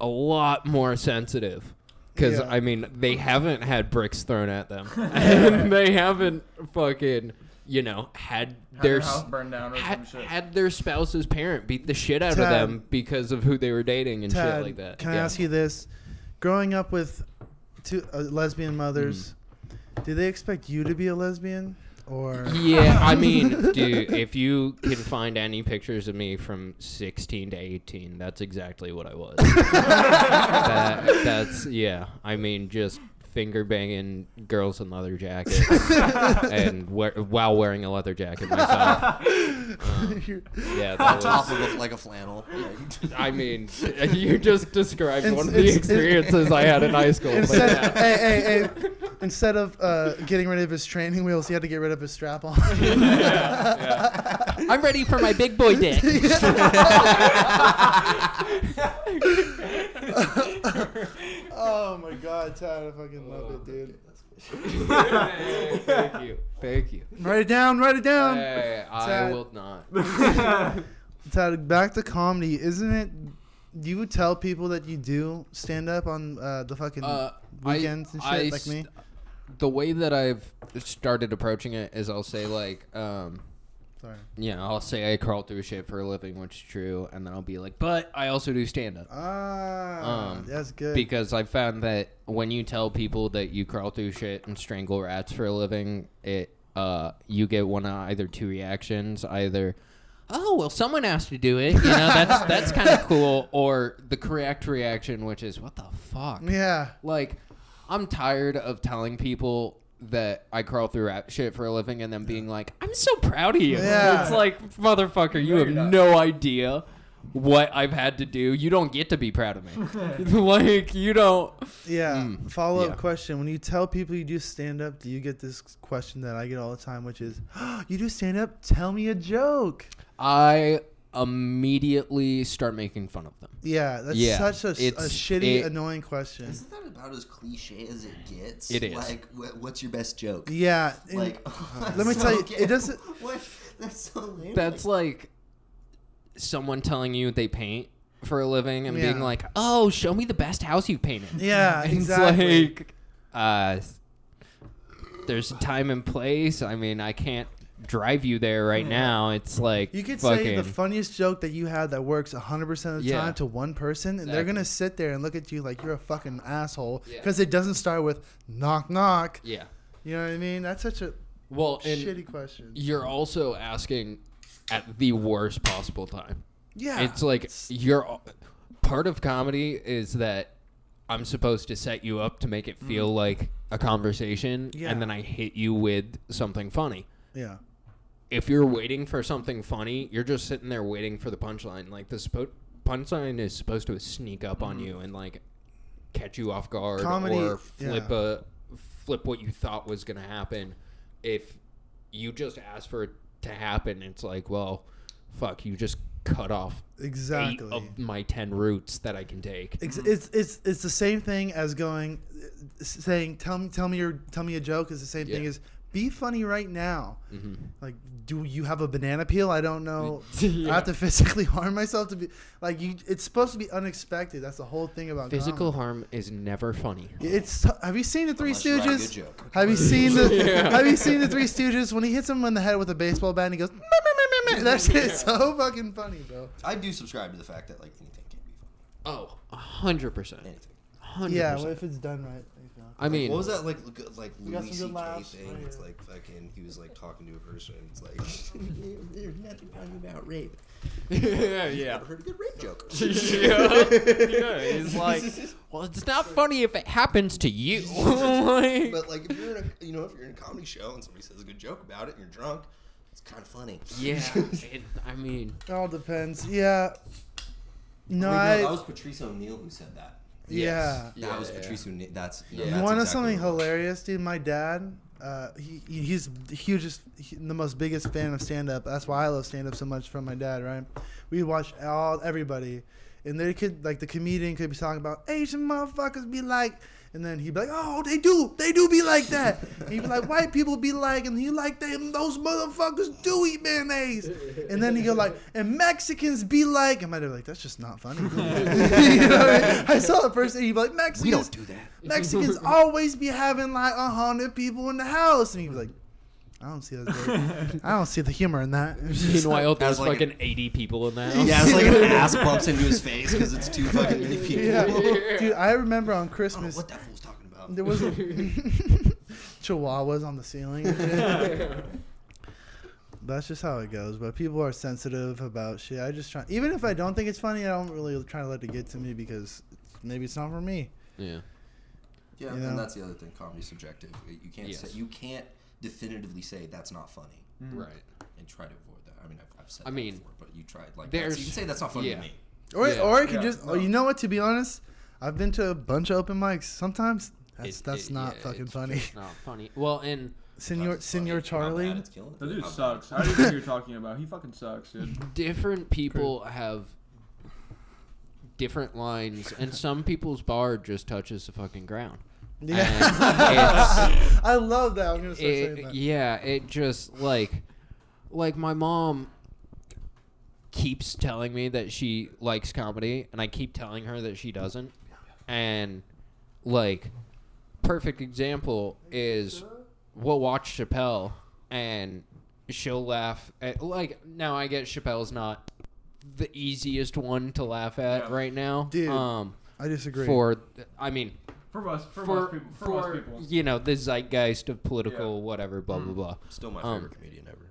[SPEAKER 3] a lot more sensitive. Because
[SPEAKER 1] Yeah.
[SPEAKER 3] I mean, they haven't had bricks thrown at them, and they haven't fucking, you know, had, their
[SPEAKER 5] their house
[SPEAKER 3] s-
[SPEAKER 5] burned down or
[SPEAKER 3] had,
[SPEAKER 5] some shit.
[SPEAKER 3] had their spouse's parent beat the shit out of
[SPEAKER 1] Tad.
[SPEAKER 3] them because of who they were dating and
[SPEAKER 1] Tad,
[SPEAKER 3] shit like that.
[SPEAKER 1] can I
[SPEAKER 3] Yeah.
[SPEAKER 1] ask you this? Growing up with two uh, lesbian mothers, do they expect you to be a lesbian? Or
[SPEAKER 3] Mm-hmm. Yeah, I mean, dude, if you can find any pictures of me from 16 to 18, that's exactly what I was. that, that's yeah. I mean, just finger banging girls in leather jackets and wear, while wearing a leather jacket myself.
[SPEAKER 1] You're-
[SPEAKER 3] Yeah, that
[SPEAKER 4] Top
[SPEAKER 3] was.
[SPEAKER 4] of a, like a flannel.
[SPEAKER 3] I mean, you just described
[SPEAKER 1] It's-
[SPEAKER 3] one of
[SPEAKER 1] it's-
[SPEAKER 3] the
[SPEAKER 1] it's-
[SPEAKER 3] experiences I had in high school. but
[SPEAKER 1] instead,
[SPEAKER 3] yeah.
[SPEAKER 1] hey, hey, hey, instead of uh, getting rid of his training wheels, he had to get rid of his strap on.
[SPEAKER 3] I'm ready for my big boy dick.
[SPEAKER 1] oh my god, Tad, I fucking love it, dude.
[SPEAKER 3] Thank you. Thank you.
[SPEAKER 1] Write it down, write it down.
[SPEAKER 3] Hey, I
[SPEAKER 1] Sad.
[SPEAKER 3] will not.
[SPEAKER 1] Tad, back to comedy, isn't it? You would tell people that you do stand up on uh, the fucking
[SPEAKER 3] Uh, I-
[SPEAKER 1] weekends and shit,
[SPEAKER 3] I
[SPEAKER 1] like me.
[SPEAKER 3] st- The way that I've started approaching it is I'll say like, um,
[SPEAKER 1] Sorry.
[SPEAKER 3] you know, I'll say I crawl through shit for a living, which is true, and then I'll be like, but I also do stand up.
[SPEAKER 1] Ah,
[SPEAKER 3] Um,
[SPEAKER 1] that's good.
[SPEAKER 3] Because I found that when you tell people that you crawl through shit and strangle rats for a living, it uh, you get one of either two reactions: either, oh well, someone asked to do it, you know, that's that's kind of cool, or the correct reaction, which is what the fuck.
[SPEAKER 1] yeah,
[SPEAKER 3] Like, I'm tired of telling people that I crawl through rat shit for a living and then being like, I'm so proud of you.
[SPEAKER 1] Yeah.
[SPEAKER 3] It's like, motherfucker, you have no idea what I've had to do. You don't get to be proud of me. like, you don't.
[SPEAKER 1] yeah.
[SPEAKER 3] Mm,
[SPEAKER 1] Follow up
[SPEAKER 3] yeah.
[SPEAKER 1] question: When you tell people you do stand up, do you get this question that I get all the time, which is, "You do stand up? Tell me a joke."
[SPEAKER 3] I immediately start making fun of them.
[SPEAKER 1] Yeah, that's
[SPEAKER 3] Yeah,
[SPEAKER 1] such a, a
[SPEAKER 3] it's-
[SPEAKER 1] shitty,
[SPEAKER 3] it-
[SPEAKER 1] annoying question.
[SPEAKER 4] Isn't that about as cliche as it gets?
[SPEAKER 3] It is.
[SPEAKER 4] Like, wh- what's your best joke?
[SPEAKER 1] Yeah, and-
[SPEAKER 4] Like,
[SPEAKER 1] let me
[SPEAKER 4] so
[SPEAKER 1] tell you,
[SPEAKER 4] gay.
[SPEAKER 1] it doesn't.
[SPEAKER 4] What? That's so lame.
[SPEAKER 3] That's like someone telling you they paint for a living and
[SPEAKER 1] Yeah.
[SPEAKER 3] being like, oh, show me the best house you've painted.
[SPEAKER 1] Yeah,
[SPEAKER 3] It's
[SPEAKER 1] exactly.
[SPEAKER 3] like, uh, there's a time and place. I mean, I can't drive you there right now. It's like
[SPEAKER 1] You could
[SPEAKER 3] fucking,
[SPEAKER 1] say the funniest joke that you had that works 100% of the
[SPEAKER 3] Yeah.
[SPEAKER 1] time to one person, and they're
[SPEAKER 3] Exactly.
[SPEAKER 1] going to sit there and look at you like you're a fucking asshole
[SPEAKER 3] Yeah.
[SPEAKER 1] because it doesn't start with knock, knock.
[SPEAKER 3] yeah.
[SPEAKER 1] You know what I mean? That's such a
[SPEAKER 3] Well, and
[SPEAKER 1] shitty question.
[SPEAKER 3] you're also asking at the worst possible time.
[SPEAKER 1] Yeah.
[SPEAKER 3] It's like you're part of comedy is that I'm supposed to set you up to make it feel like a conversation,
[SPEAKER 1] Mm. Yeah.
[SPEAKER 3] and then I hit you with something funny.
[SPEAKER 1] yeah.
[SPEAKER 3] if you're waiting for something funny, you're just sitting there waiting for the punchline. Like the spo- punchline is supposed to sneak up on you and like catch you off guard
[SPEAKER 1] Comedy-
[SPEAKER 3] or flip
[SPEAKER 1] yeah.
[SPEAKER 3] a flip what you thought was gonna happen. If you just ask for it to happen, it's like, well, fuck, you just cut off
[SPEAKER 1] Exactly.
[SPEAKER 3] eight of my ten routes that I can take.
[SPEAKER 1] Ex- It's, it's it's the same thing as going s- saying tell me tell me your tell me a joke is the same thing
[SPEAKER 3] Yeah. Mm-hmm.
[SPEAKER 1] as be funny right now. Like do you have a banana peel? I don't know. I have to physically harm myself to be like you it's supposed to be unexpected. That's the whole thing about
[SPEAKER 3] Physical
[SPEAKER 1] comedy.
[SPEAKER 3] harm is never funny.
[SPEAKER 1] It's t- have you seen the Three
[SPEAKER 4] Unless you write a
[SPEAKER 1] Stooges?
[SPEAKER 4] good joke.
[SPEAKER 1] Have you seen the
[SPEAKER 3] Yeah.
[SPEAKER 1] Have you seen the Three Stooges when he hits him in the head with a baseball bat and he goes "Meh, meh, meh, meh, meh." That shit's so fucking funny, bro.
[SPEAKER 4] I do subscribe to the fact that like anything can
[SPEAKER 3] Oh, a hundred percent.
[SPEAKER 4] Anything.
[SPEAKER 3] A hundred
[SPEAKER 1] Yeah, well,
[SPEAKER 3] percent.
[SPEAKER 1] if it's done right. you know.
[SPEAKER 3] I mean,
[SPEAKER 4] what was that like? g- Like
[SPEAKER 1] We got
[SPEAKER 4] Louis
[SPEAKER 1] some good
[SPEAKER 4] C.K.
[SPEAKER 1] laughs
[SPEAKER 4] thing.
[SPEAKER 1] right
[SPEAKER 4] it's
[SPEAKER 1] here.
[SPEAKER 4] like fucking. He was like talking to a person. and It's like there's nothing funny about rape.
[SPEAKER 3] yeah,
[SPEAKER 4] You've
[SPEAKER 3] yeah.
[SPEAKER 4] never heard a good rape joke.
[SPEAKER 3] yeah, yeah. It's like, well, it's not funny if it happens to you. Like-
[SPEAKER 4] but like if you're in a you know if you're in a comedy show and somebody says a good joke about it and you're drunk, it's kind of funny.
[SPEAKER 3] yeah, it, I mean,
[SPEAKER 1] It all depends. Yeah. No,
[SPEAKER 4] Wait,
[SPEAKER 1] I.
[SPEAKER 4] that was Patrice O'Neill who said that.
[SPEAKER 1] yeah.
[SPEAKER 4] That was
[SPEAKER 3] Yeah.
[SPEAKER 4] Patrice O'Neill. That's no,
[SPEAKER 3] You
[SPEAKER 1] You
[SPEAKER 4] that's
[SPEAKER 1] want to know
[SPEAKER 4] exactly
[SPEAKER 1] something
[SPEAKER 4] what-
[SPEAKER 1] hilarious, dude? My dad, uh, he he- he's the hugest, he- the most biggest fan of stand up. That's why I love stand up so much from my dad, right? We watch all everybody, and they could like the comedian could be talking about Asian motherfuckers be like, and then he'd be like, oh, they do, they do be like that. and he'd be like, white people be like, and he like them those motherfuckers do eat mayonnaise. And then he go like, and Mexicans be like, and my dad be like, that's just not funny. you know what I, mean? I saw the first, and he'd be like, Mexicans.
[SPEAKER 4] We don't do that.
[SPEAKER 1] Mexicans always be having like a hundred people in the house, and he was like, "I don't see that. joke. I don't see the humor in that." It's just
[SPEAKER 3] meanwhile,
[SPEAKER 4] That was
[SPEAKER 3] there's
[SPEAKER 4] like
[SPEAKER 3] fucking 80 people in that.
[SPEAKER 4] Yeah, it's like an ass bumps into his face because it's too fucking many people.
[SPEAKER 1] like-
[SPEAKER 4] I
[SPEAKER 1] yeah. dude. I remember on
[SPEAKER 4] don't know
[SPEAKER 1] Christmas
[SPEAKER 4] Oh, what that fool's talking about.
[SPEAKER 1] there was chihuahuas on the ceiling. and shit. That's just how it goes. But people are sensitive about shit. I just try, even if I don't think it's funny, I don't really try to let it get to me because maybe it's not for me.
[SPEAKER 3] Yeah.
[SPEAKER 4] Yeah,
[SPEAKER 1] You know?
[SPEAKER 4] and that's the other thing. Comedy's subjective. You can't
[SPEAKER 3] Yes.
[SPEAKER 4] say, you can't definitively say that's not funny,
[SPEAKER 3] Right.
[SPEAKER 4] and try to avoid that. I mean, I've, I've said.
[SPEAKER 3] I
[SPEAKER 4] that
[SPEAKER 3] mean,
[SPEAKER 4] before, but you tried like
[SPEAKER 3] there's-
[SPEAKER 4] that's, you can say that's not funny
[SPEAKER 3] yeah.
[SPEAKER 4] to me.
[SPEAKER 1] Or
[SPEAKER 3] Yeah.
[SPEAKER 1] or it could
[SPEAKER 2] Yeah,
[SPEAKER 1] just. Oh, you know what? To be honest, I've been to a bunch of open mics. Sometimes that's
[SPEAKER 3] It-
[SPEAKER 1] that's
[SPEAKER 3] it-
[SPEAKER 1] not
[SPEAKER 3] yeah,
[SPEAKER 1] fucking
[SPEAKER 3] it's
[SPEAKER 1] funny.
[SPEAKER 3] just Not funny. Well, and
[SPEAKER 1] Senor
[SPEAKER 4] That's funny.
[SPEAKER 1] Senor
[SPEAKER 4] How bad
[SPEAKER 1] Charlie.
[SPEAKER 4] it's killing
[SPEAKER 5] That
[SPEAKER 4] it,
[SPEAKER 5] dude
[SPEAKER 4] how bad
[SPEAKER 5] sucks.
[SPEAKER 4] it's-
[SPEAKER 5] I don't even know who you're talking about. He fucking sucks, dude.
[SPEAKER 3] different people have different lines, and some people's bar just touches the fucking ground.
[SPEAKER 1] Yeah.
[SPEAKER 3] And
[SPEAKER 1] I love that. I'm gonna start saying
[SPEAKER 3] it,
[SPEAKER 1] that.
[SPEAKER 3] yeah, it just like, like my mom keeps telling me that she likes comedy, and I keep telling her that she doesn't. And like, perfect example is we'll watch Chappelle, and she'll laugh at like. Now I get Chappelle's not the easiest one to laugh at
[SPEAKER 5] Yeah.
[SPEAKER 3] right now.
[SPEAKER 1] Dude,
[SPEAKER 3] um,
[SPEAKER 1] I disagree.
[SPEAKER 3] for I mean,
[SPEAKER 5] For us, for,
[SPEAKER 3] for
[SPEAKER 5] most people, for, most
[SPEAKER 3] for,
[SPEAKER 5] people.
[SPEAKER 3] you know the zeitgeist of political whatever blah
[SPEAKER 1] Mm.
[SPEAKER 3] blah blah
[SPEAKER 4] Still my
[SPEAKER 3] Um,
[SPEAKER 4] favorite comedian ever.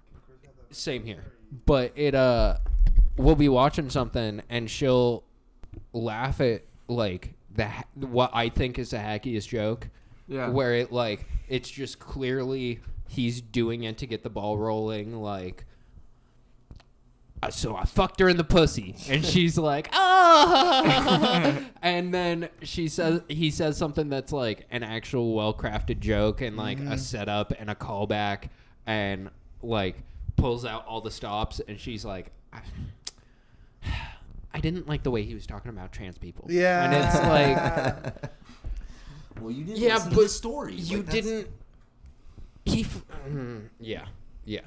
[SPEAKER 3] same here but it uh we'll be watching something and she'll laugh at like the ha- what i think is the hackiest joke
[SPEAKER 5] Yeah.
[SPEAKER 3] where it like it's just clearly he's doing it to get the ball rolling like "Uh, so I fucked her in the pussy, and she's like, ah. and then she says, he says something that's like an actual well-crafted joke and like a setup and a callback, and like pulls out all the stops, and she's like, I, I didn't like the way he was talking about trans people.
[SPEAKER 1] Yeah.
[SPEAKER 3] and it's like,
[SPEAKER 4] Well, you didn't.
[SPEAKER 3] Yeah,
[SPEAKER 4] listen to
[SPEAKER 3] but
[SPEAKER 4] the story.
[SPEAKER 3] you
[SPEAKER 4] Like, that's-
[SPEAKER 3] didn't. He. F- Mm, yeah. Yeah.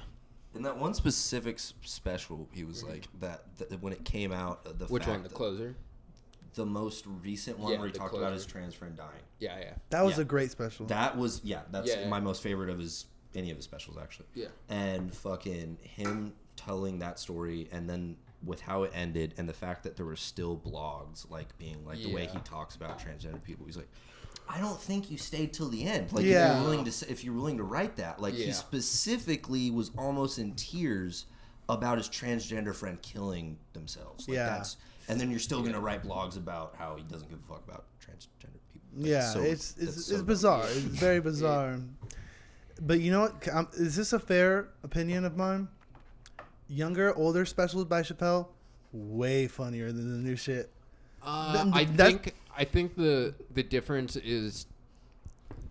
[SPEAKER 4] In that one specific s- special, he
[SPEAKER 3] Mm-hmm.
[SPEAKER 4] was like that, that when it came out. uh, The fact that-
[SPEAKER 3] closer?
[SPEAKER 4] The most recent one
[SPEAKER 3] Yeah,
[SPEAKER 4] where he
[SPEAKER 3] the
[SPEAKER 4] talked about
[SPEAKER 3] closer.
[SPEAKER 4] his trans friend dying.
[SPEAKER 3] Yeah, yeah.
[SPEAKER 1] that was
[SPEAKER 4] yeah.
[SPEAKER 1] a great special.
[SPEAKER 4] That was yeah. That's
[SPEAKER 3] Yeah.
[SPEAKER 4] my most favorite of his any of his specials actually.
[SPEAKER 3] Yeah.
[SPEAKER 4] And fucking him telling that story and then with how it ended and the fact that there were still blogs like being like the way
[SPEAKER 3] Yeah.
[SPEAKER 4] he talks about transgender people. He's like, I don't think you stayed till the end. Like if
[SPEAKER 1] Yeah.
[SPEAKER 4] you're willing to s- if you're willing to write that, like
[SPEAKER 3] Yeah.
[SPEAKER 4] he specifically was almost in tears about his transgender friend killing themselves. Like
[SPEAKER 1] Yeah.
[SPEAKER 4] That's, and then you're still gonna write blogs about how he doesn't give a fuck about transgender people. That's
[SPEAKER 1] yeah,
[SPEAKER 4] so-
[SPEAKER 1] it's
[SPEAKER 4] that's
[SPEAKER 1] it's,
[SPEAKER 4] so
[SPEAKER 1] it's
[SPEAKER 4] dumb.
[SPEAKER 1] bizarre. It's very bizarre. But you know what? C- Um, is this a fair opinion of mine? Younger, older specials by Chappelle, way funnier than the new shit.
[SPEAKER 3] Uh,
[SPEAKER 1] Th-
[SPEAKER 3] I
[SPEAKER 1] that's-
[SPEAKER 3] think I think the the difference is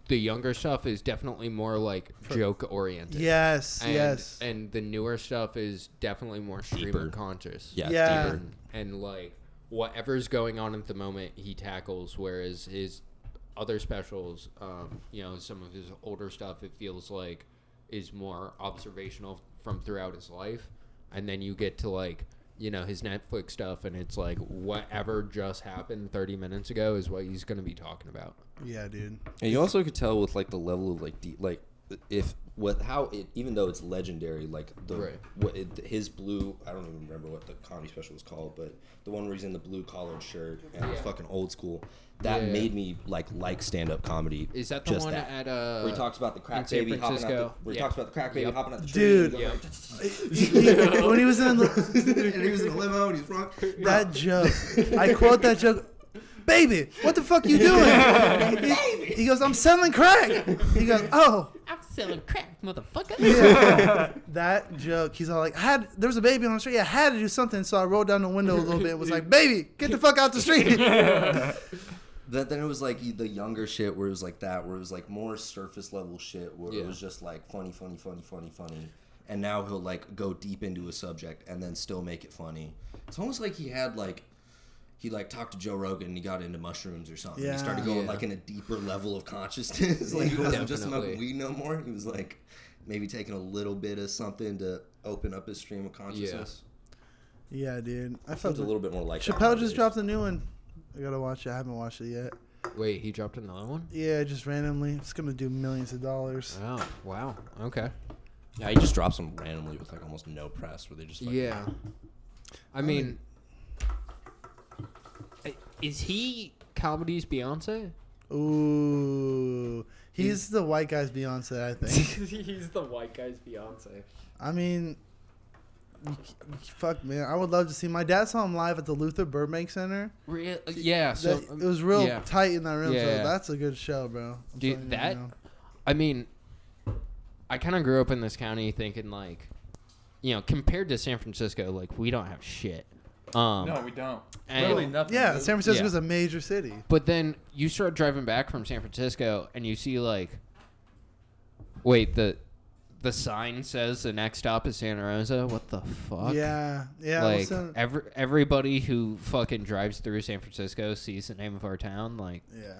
[SPEAKER 3] the younger stuff is definitely more like joke oriented.
[SPEAKER 1] Yes,
[SPEAKER 3] And,
[SPEAKER 1] yes.
[SPEAKER 3] And the newer stuff is definitely more
[SPEAKER 4] Deeper.
[SPEAKER 3] streamer conscious.
[SPEAKER 4] Yeah,
[SPEAKER 1] Yeah.
[SPEAKER 4] it's deeper.
[SPEAKER 3] And like whatever's going on at the moment, he tackles. Whereas his other specials, um, you know, some of his older stuff, it feels like is more observational from throughout his life. And then you get to like, you know, his Netflix stuff, and it's like whatever just happened 30 minutes ago is what he's going to be talking about.
[SPEAKER 1] yeah, dude.
[SPEAKER 4] And you also could tell with like the level of like deep, like if what how it even though it's legendary, like the
[SPEAKER 3] Right.
[SPEAKER 4] what it, his blue I don't even remember what the comedy special was called, but the one where he's in the blue collared shirt and it's fucking old school. That
[SPEAKER 3] Yeah.
[SPEAKER 4] made me like like stand up comedy.
[SPEAKER 3] Is that the
[SPEAKER 4] just
[SPEAKER 3] one
[SPEAKER 4] that.
[SPEAKER 3] at uh?
[SPEAKER 4] where he talks about the crack
[SPEAKER 3] San
[SPEAKER 4] baby hopping out the,
[SPEAKER 3] Francisco?
[SPEAKER 4] where he
[SPEAKER 3] Yeah.
[SPEAKER 4] talks about the crack baby
[SPEAKER 3] Yep.
[SPEAKER 4] hopping out the tree?
[SPEAKER 1] Dude.
[SPEAKER 4] and going
[SPEAKER 1] when he was in the,
[SPEAKER 4] like- and he was in a limo and he's drunk.
[SPEAKER 1] that joke, I quote that joke. Baby, what the fuck you doing? He, he goes, I'm selling crack. He goes, oh.
[SPEAKER 3] I'm selling crack, motherfucker.
[SPEAKER 1] Yeah. that joke. He's all like, I had there was a baby on the street. I had to do something, so I rolled down the window a little bit. and Was like, baby, get the fuck out the street.
[SPEAKER 4] But then it was like the younger shit where it was like that, where it was like more surface level shit, where
[SPEAKER 3] Yeah.
[SPEAKER 4] it was just like funny, funny, funny, funny, funny. And now he'll like go deep into a subject and then still make it funny. It's almost like he had like he like talked to Joe Rogan and he got into mushrooms or something.
[SPEAKER 1] Yeah.
[SPEAKER 4] He started going
[SPEAKER 3] Yeah.
[SPEAKER 4] like in a deeper level of consciousness. like he wasn't just
[SPEAKER 3] Definitely.
[SPEAKER 4] smoking weed no more. He was like maybe taking a little bit of something to open up his stream of consciousness.
[SPEAKER 1] yeah, dude. I felt
[SPEAKER 4] Seems a little bit more like that
[SPEAKER 1] Chappelle just
[SPEAKER 4] nowadays.
[SPEAKER 1] dropped a new one. I gotta watch it. I haven't watched it yet.
[SPEAKER 3] Wait, he dropped another one.
[SPEAKER 1] Yeah, just randomly. It's gonna do millions of dollars.
[SPEAKER 3] Oh wow. Okay.
[SPEAKER 4] Yeah, he just drops them randomly with like almost no press, where they just like,
[SPEAKER 3] Yeah. I mean, I- is he comedy's Beyonce?
[SPEAKER 1] Ooh, he's the white guy's Beyonce, I think.
[SPEAKER 3] He's the white guy's Beyonce.
[SPEAKER 1] I mean, you- you- fuck, man. I would love to see. My dad saw him live at the Luther Burbank Center.
[SPEAKER 3] Real, Uh, yeah. So um,
[SPEAKER 1] That- it was real
[SPEAKER 3] yeah.
[SPEAKER 1] tight in that room. so
[SPEAKER 3] Yeah.
[SPEAKER 1] that's a good show, bro. I'm
[SPEAKER 3] Dude,
[SPEAKER 1] telling you
[SPEAKER 3] that-
[SPEAKER 1] now.
[SPEAKER 3] I mean, I kind of grew up in this county thinking like, you know, compared to San Francisco, like we don't have shit. Um,
[SPEAKER 5] No, we don't.
[SPEAKER 3] and-
[SPEAKER 5] Literally nothing.
[SPEAKER 1] Yeah,
[SPEAKER 5] dude.
[SPEAKER 1] San Francisco's a major city.
[SPEAKER 3] But then you start driving back from San Francisco and you see like wait, the the sign says the next stop is Santa Rosa. What the fuck?
[SPEAKER 1] Yeah, yeah. well,
[SPEAKER 3] like
[SPEAKER 1] San-
[SPEAKER 3] every, everybody who fucking drives through San Francisco sees the name of our town like,
[SPEAKER 1] yeah.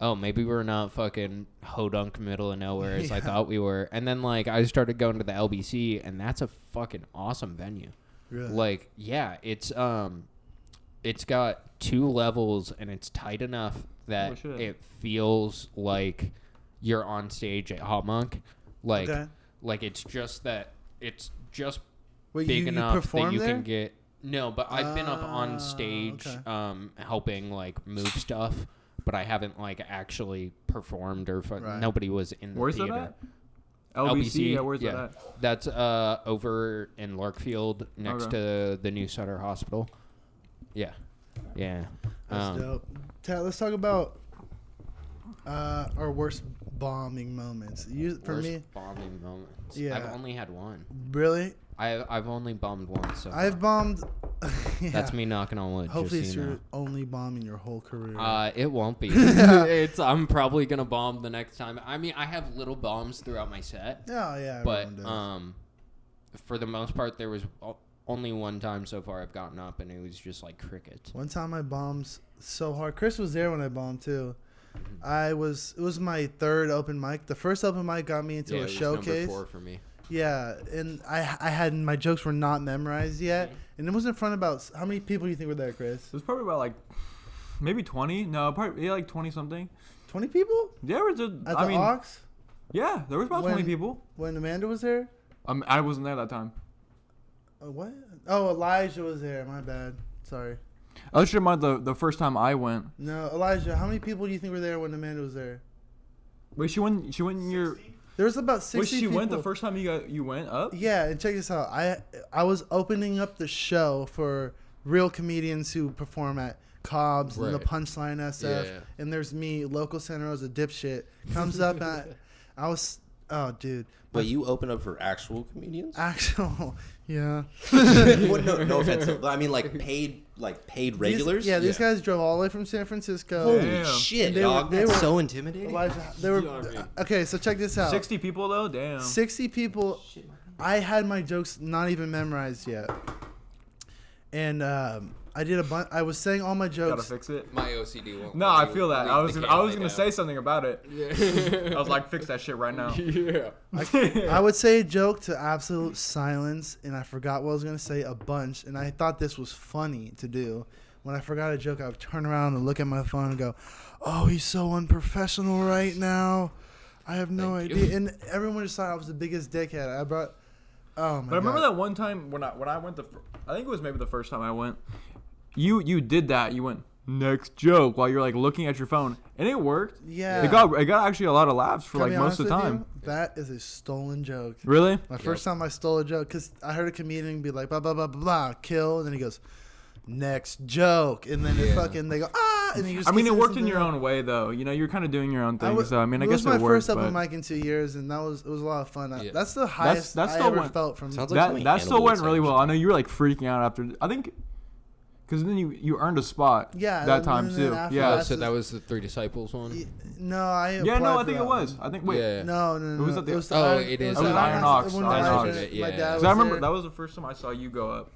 [SPEAKER 3] oh, maybe we're not fucking hodunk middle of nowhere as I
[SPEAKER 1] Yeah.
[SPEAKER 3] thought we were. And then like I started going to the LBC and that's a fucking awesome venue.
[SPEAKER 1] Really.
[SPEAKER 3] Like, yeah, it's um, it's got two levels and it's tight enough
[SPEAKER 5] Oh,
[SPEAKER 3] that
[SPEAKER 5] shit.
[SPEAKER 3] it feels like you're on stage at Hot Monk. Like,
[SPEAKER 1] Okay.
[SPEAKER 3] like it's just that it's just
[SPEAKER 1] Wait,
[SPEAKER 3] big
[SPEAKER 1] you, you
[SPEAKER 3] enough that
[SPEAKER 1] perform
[SPEAKER 3] you
[SPEAKER 1] there?
[SPEAKER 3] can get. No, but I've been up
[SPEAKER 1] Ah,
[SPEAKER 3] on stage,
[SPEAKER 1] okay.
[SPEAKER 3] um, helping like move stuff, but I haven't like actually performed or fu-
[SPEAKER 1] Right.
[SPEAKER 3] nobody was in the
[SPEAKER 5] Where's that
[SPEAKER 3] theater.
[SPEAKER 5] at? LBC. Yeah, where's that at?
[SPEAKER 3] That's uh, over in Larkfield next to the new Sutter Hospital. Yeah. Yeah.
[SPEAKER 1] That's
[SPEAKER 3] Um,
[SPEAKER 1] dope. Ta- let's talk about uh, our worst bombing moments. You, for
[SPEAKER 3] worst
[SPEAKER 1] me,
[SPEAKER 3] bombing moments.
[SPEAKER 1] Yeah.
[SPEAKER 3] I've only had one.
[SPEAKER 1] really,
[SPEAKER 3] I, I've only bombed once. So
[SPEAKER 1] I've
[SPEAKER 3] far.
[SPEAKER 1] bombed. yeah.
[SPEAKER 3] That's me knocking on wood.
[SPEAKER 1] Hopefully, it's
[SPEAKER 3] just so you
[SPEAKER 1] your
[SPEAKER 3] know.
[SPEAKER 1] only bomb in your whole career.
[SPEAKER 3] Uh, it won't be. it's I'm probably gonna bomb the next time. I mean, I have little bombs throughout my set,
[SPEAKER 1] oh yeah,
[SPEAKER 3] but
[SPEAKER 1] everyone does.
[SPEAKER 3] um, for the most part, there was o- only one time so far I've gotten up, and it was just like crickets.
[SPEAKER 1] One time I bombed so hard. Chris was there when I bombed too.
[SPEAKER 3] Mm-hmm.
[SPEAKER 1] I was. It was my third open mic. The first open mic got me into
[SPEAKER 3] it
[SPEAKER 1] a
[SPEAKER 3] was number
[SPEAKER 1] showcase.
[SPEAKER 3] four for me.
[SPEAKER 1] Yeah, and I I had my jokes were not
[SPEAKER 3] Mm-hmm.
[SPEAKER 1] memorized yet, and it was in front of about how many people do you think were there, Chris?
[SPEAKER 5] There's probably about like maybe 20. No, probably yeah, like 20 something.
[SPEAKER 1] Twenty people
[SPEAKER 5] Yeah, there was a,
[SPEAKER 1] at
[SPEAKER 5] I
[SPEAKER 1] the
[SPEAKER 5] mean,
[SPEAKER 1] Ox
[SPEAKER 5] yeah, there was about 20
[SPEAKER 1] When-
[SPEAKER 5] people.
[SPEAKER 1] when Amanda was there.
[SPEAKER 5] Um, I wasn't there that time.
[SPEAKER 1] Uh, what? Oh, Elijah was there. My bad. Sorry.
[SPEAKER 5] I should remind the the first time I went.
[SPEAKER 1] No, Elijah. How many people do you think were there when Amanda was there?
[SPEAKER 5] Wait, she went. She went in your.
[SPEAKER 1] There was about sixty.
[SPEAKER 5] Wait, she
[SPEAKER 1] people.
[SPEAKER 5] went the first time you got you went up.
[SPEAKER 1] Yeah, and check this out. I I was opening up the show for real comedians who perform at Cobb's and the
[SPEAKER 3] Right.
[SPEAKER 1] Punchline SF,
[SPEAKER 3] Yeah.
[SPEAKER 1] and there's me, local Santa Rosa dipshit, comes up and I, I was oh dude,
[SPEAKER 4] But you open up for actual comedians?
[SPEAKER 1] actual yeah
[SPEAKER 4] Well, no, no offense, but I mean like paid, like paid
[SPEAKER 1] These-
[SPEAKER 4] regulars.
[SPEAKER 1] yeah, these guys drove all the way from San Francisco.
[SPEAKER 4] Holy
[SPEAKER 5] Yeah.
[SPEAKER 4] shit,
[SPEAKER 1] They
[SPEAKER 4] dog!
[SPEAKER 1] were- they
[SPEAKER 4] That's
[SPEAKER 1] were-
[SPEAKER 4] so intimidating.
[SPEAKER 1] Elijah, they were uh, okay. So check this out.
[SPEAKER 5] 60 people though. Damn.
[SPEAKER 1] 60 people. I had my jokes not even memorized yet. And um, I did a bunch. I was saying all my
[SPEAKER 5] Gotta
[SPEAKER 1] jokes.
[SPEAKER 5] fix it.
[SPEAKER 3] My OCD won't.
[SPEAKER 5] No, I feel that. I was I was gonna say something about it. I was like, fix that shit right now.
[SPEAKER 3] yeah.
[SPEAKER 1] I would say a joke to absolute silence, and I forgot what I was going to say a bunch. And I thought this was funny to do. When I forgot a joke, I would turn around and look at my phone and go, Oh, he's so unprofessional right now. I have no
[SPEAKER 3] Thank
[SPEAKER 1] idea.
[SPEAKER 3] you.
[SPEAKER 1] And everyone just thought I was the biggest dickhead. I brought. Oh my
[SPEAKER 5] But I remember
[SPEAKER 1] God.
[SPEAKER 5] that one time when I when I went the, fir- I think it was maybe the first time I went. You you did that. You went next joke while you're like looking at your phone, and it worked.
[SPEAKER 1] Yeah.
[SPEAKER 5] It got it got actually a lot of laughs for
[SPEAKER 1] Can I
[SPEAKER 5] like
[SPEAKER 1] be
[SPEAKER 5] most of the
[SPEAKER 1] honest
[SPEAKER 5] time.
[SPEAKER 1] with you? That is a stolen joke.
[SPEAKER 5] Really?
[SPEAKER 1] My first time I stole a joke because I heard a comedian be like blah blah blah blah blah kill, and then he goes next joke, and then it fucking they go ah, and then you just.
[SPEAKER 5] I mean,
[SPEAKER 1] keep
[SPEAKER 5] it
[SPEAKER 1] saying
[SPEAKER 5] worked in
[SPEAKER 1] something
[SPEAKER 5] your
[SPEAKER 1] else.
[SPEAKER 5] own way though. You know, you're kind of doing your own
[SPEAKER 1] I
[SPEAKER 5] thing.
[SPEAKER 1] was-
[SPEAKER 5] so I mean, I
[SPEAKER 1] it
[SPEAKER 5] guess
[SPEAKER 1] was my
[SPEAKER 5] it worked.
[SPEAKER 1] first open
[SPEAKER 5] but
[SPEAKER 1] mic in two years, and that was it was a lot of fun. I,
[SPEAKER 3] Yeah.
[SPEAKER 1] That's the highest
[SPEAKER 5] that's the
[SPEAKER 1] I ever
[SPEAKER 5] one-
[SPEAKER 1] felt from.
[SPEAKER 4] Sounds like
[SPEAKER 5] that
[SPEAKER 4] something
[SPEAKER 5] that still
[SPEAKER 4] Hannibal would
[SPEAKER 5] went
[SPEAKER 4] say
[SPEAKER 5] really
[SPEAKER 4] or
[SPEAKER 5] well. I know you were like freaking out after. I think because then you you earned a spot.
[SPEAKER 1] Yeah,
[SPEAKER 5] That
[SPEAKER 1] and
[SPEAKER 5] time
[SPEAKER 1] then
[SPEAKER 5] too.
[SPEAKER 1] after
[SPEAKER 5] Yeah.
[SPEAKER 3] Oh,
[SPEAKER 1] that's
[SPEAKER 3] so
[SPEAKER 1] just-
[SPEAKER 3] that was the Three Disciples one?
[SPEAKER 1] Y- No, I.
[SPEAKER 5] yeah.
[SPEAKER 1] applied
[SPEAKER 5] No, I
[SPEAKER 1] for
[SPEAKER 5] think
[SPEAKER 1] that
[SPEAKER 5] it was.
[SPEAKER 1] one.
[SPEAKER 5] I think wait.
[SPEAKER 3] yeah.
[SPEAKER 1] No, no, no.
[SPEAKER 5] It was
[SPEAKER 1] no.
[SPEAKER 5] at the-
[SPEAKER 1] was the
[SPEAKER 3] Oh,
[SPEAKER 1] Iron-
[SPEAKER 3] it is
[SPEAKER 1] was
[SPEAKER 5] at
[SPEAKER 1] the
[SPEAKER 5] Iron Ox.
[SPEAKER 1] It was
[SPEAKER 5] Iron
[SPEAKER 1] the
[SPEAKER 5] Ox,
[SPEAKER 1] Iron- My
[SPEAKER 3] yeah.
[SPEAKER 1] dad
[SPEAKER 5] Because
[SPEAKER 1] was
[SPEAKER 5] I remember
[SPEAKER 1] there.
[SPEAKER 5] that was the first time I saw you go up.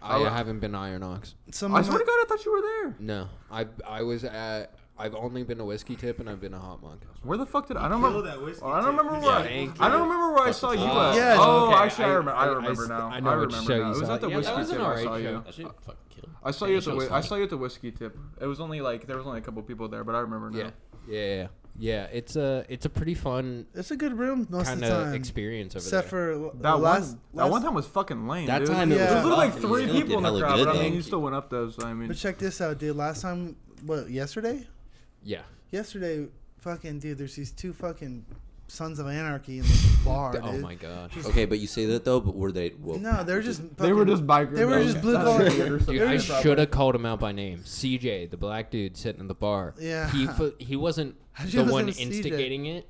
[SPEAKER 3] I
[SPEAKER 5] Oh.
[SPEAKER 3] haven't been to Iron Ox.
[SPEAKER 1] Some
[SPEAKER 5] I
[SPEAKER 1] of
[SPEAKER 5] swear
[SPEAKER 1] my-
[SPEAKER 5] to God, I thought you were there.
[SPEAKER 3] No, I I was at. I've only been to Whiskey Tip and I've been to Hot Monk.
[SPEAKER 5] Where the fuck did I don't
[SPEAKER 2] Kill
[SPEAKER 5] remember?
[SPEAKER 2] that whiskey
[SPEAKER 5] I don't
[SPEAKER 2] tape.
[SPEAKER 5] remember
[SPEAKER 2] Yeah,
[SPEAKER 5] where. I,
[SPEAKER 3] thank
[SPEAKER 5] I don't
[SPEAKER 3] you.
[SPEAKER 5] remember where I saw you
[SPEAKER 3] Ah.
[SPEAKER 5] at.
[SPEAKER 1] Yeah,
[SPEAKER 5] oh,
[SPEAKER 1] okay,
[SPEAKER 5] actually, I,
[SPEAKER 3] I-
[SPEAKER 5] remember. I,
[SPEAKER 3] I- I
[SPEAKER 5] remember
[SPEAKER 3] s-
[SPEAKER 5] now.
[SPEAKER 3] I know what
[SPEAKER 5] remember
[SPEAKER 3] show
[SPEAKER 5] now.
[SPEAKER 3] you
[SPEAKER 5] It was
[SPEAKER 3] saw.
[SPEAKER 5] at the
[SPEAKER 3] Yeah, that
[SPEAKER 5] whiskey
[SPEAKER 3] was an
[SPEAKER 5] tip. I
[SPEAKER 3] alright
[SPEAKER 5] saw
[SPEAKER 3] show.
[SPEAKER 5] you.
[SPEAKER 3] That
[SPEAKER 5] I saw you at the
[SPEAKER 3] show was
[SPEAKER 5] whi- I
[SPEAKER 3] funny.
[SPEAKER 5] saw you at the whiskey tip. It was only like there was only a couple people there, but I remember now.
[SPEAKER 3] Yeah, yeah, yeah. yeah it's a it's a pretty fun
[SPEAKER 1] It's a good room most
[SPEAKER 3] kind
[SPEAKER 1] of the time,
[SPEAKER 3] of experience over
[SPEAKER 1] except
[SPEAKER 3] there.
[SPEAKER 1] for l-
[SPEAKER 5] That
[SPEAKER 1] last,
[SPEAKER 5] one that one
[SPEAKER 1] last-
[SPEAKER 5] time was fucking lame.
[SPEAKER 4] That
[SPEAKER 5] dude.
[SPEAKER 4] time
[SPEAKER 1] it
[SPEAKER 5] there
[SPEAKER 1] was
[SPEAKER 5] was literally
[SPEAKER 1] rough,
[SPEAKER 5] like
[SPEAKER 4] and you
[SPEAKER 5] three
[SPEAKER 4] still did
[SPEAKER 5] people in the
[SPEAKER 4] hella
[SPEAKER 5] crowd,
[SPEAKER 4] good,
[SPEAKER 5] but I mean
[SPEAKER 4] though.
[SPEAKER 5] you still went up though. So I mean,
[SPEAKER 1] But check this out, dude. Last time, what? Yesterday?
[SPEAKER 3] yeah.
[SPEAKER 1] Yesterday, fucking dude. There's these two fucking sons of anarchy in this bar.
[SPEAKER 3] oh
[SPEAKER 1] dude.
[SPEAKER 3] my god.
[SPEAKER 4] Okay, but you say that though, but were they? Well,
[SPEAKER 1] No, they're just.
[SPEAKER 5] they were
[SPEAKER 1] fucking-
[SPEAKER 5] just bikers.
[SPEAKER 1] They were
[SPEAKER 5] though.
[SPEAKER 1] just blue
[SPEAKER 5] That's
[SPEAKER 1] collar.
[SPEAKER 5] weird or something.
[SPEAKER 3] Dude, I should have called him out by name. CJ, the black dude sitting in the bar.
[SPEAKER 1] Yeah.
[SPEAKER 3] He fu- he wasn't
[SPEAKER 1] How'd you
[SPEAKER 3] the
[SPEAKER 1] know
[SPEAKER 3] one
[SPEAKER 1] his name was CJ?
[SPEAKER 3] instigating it,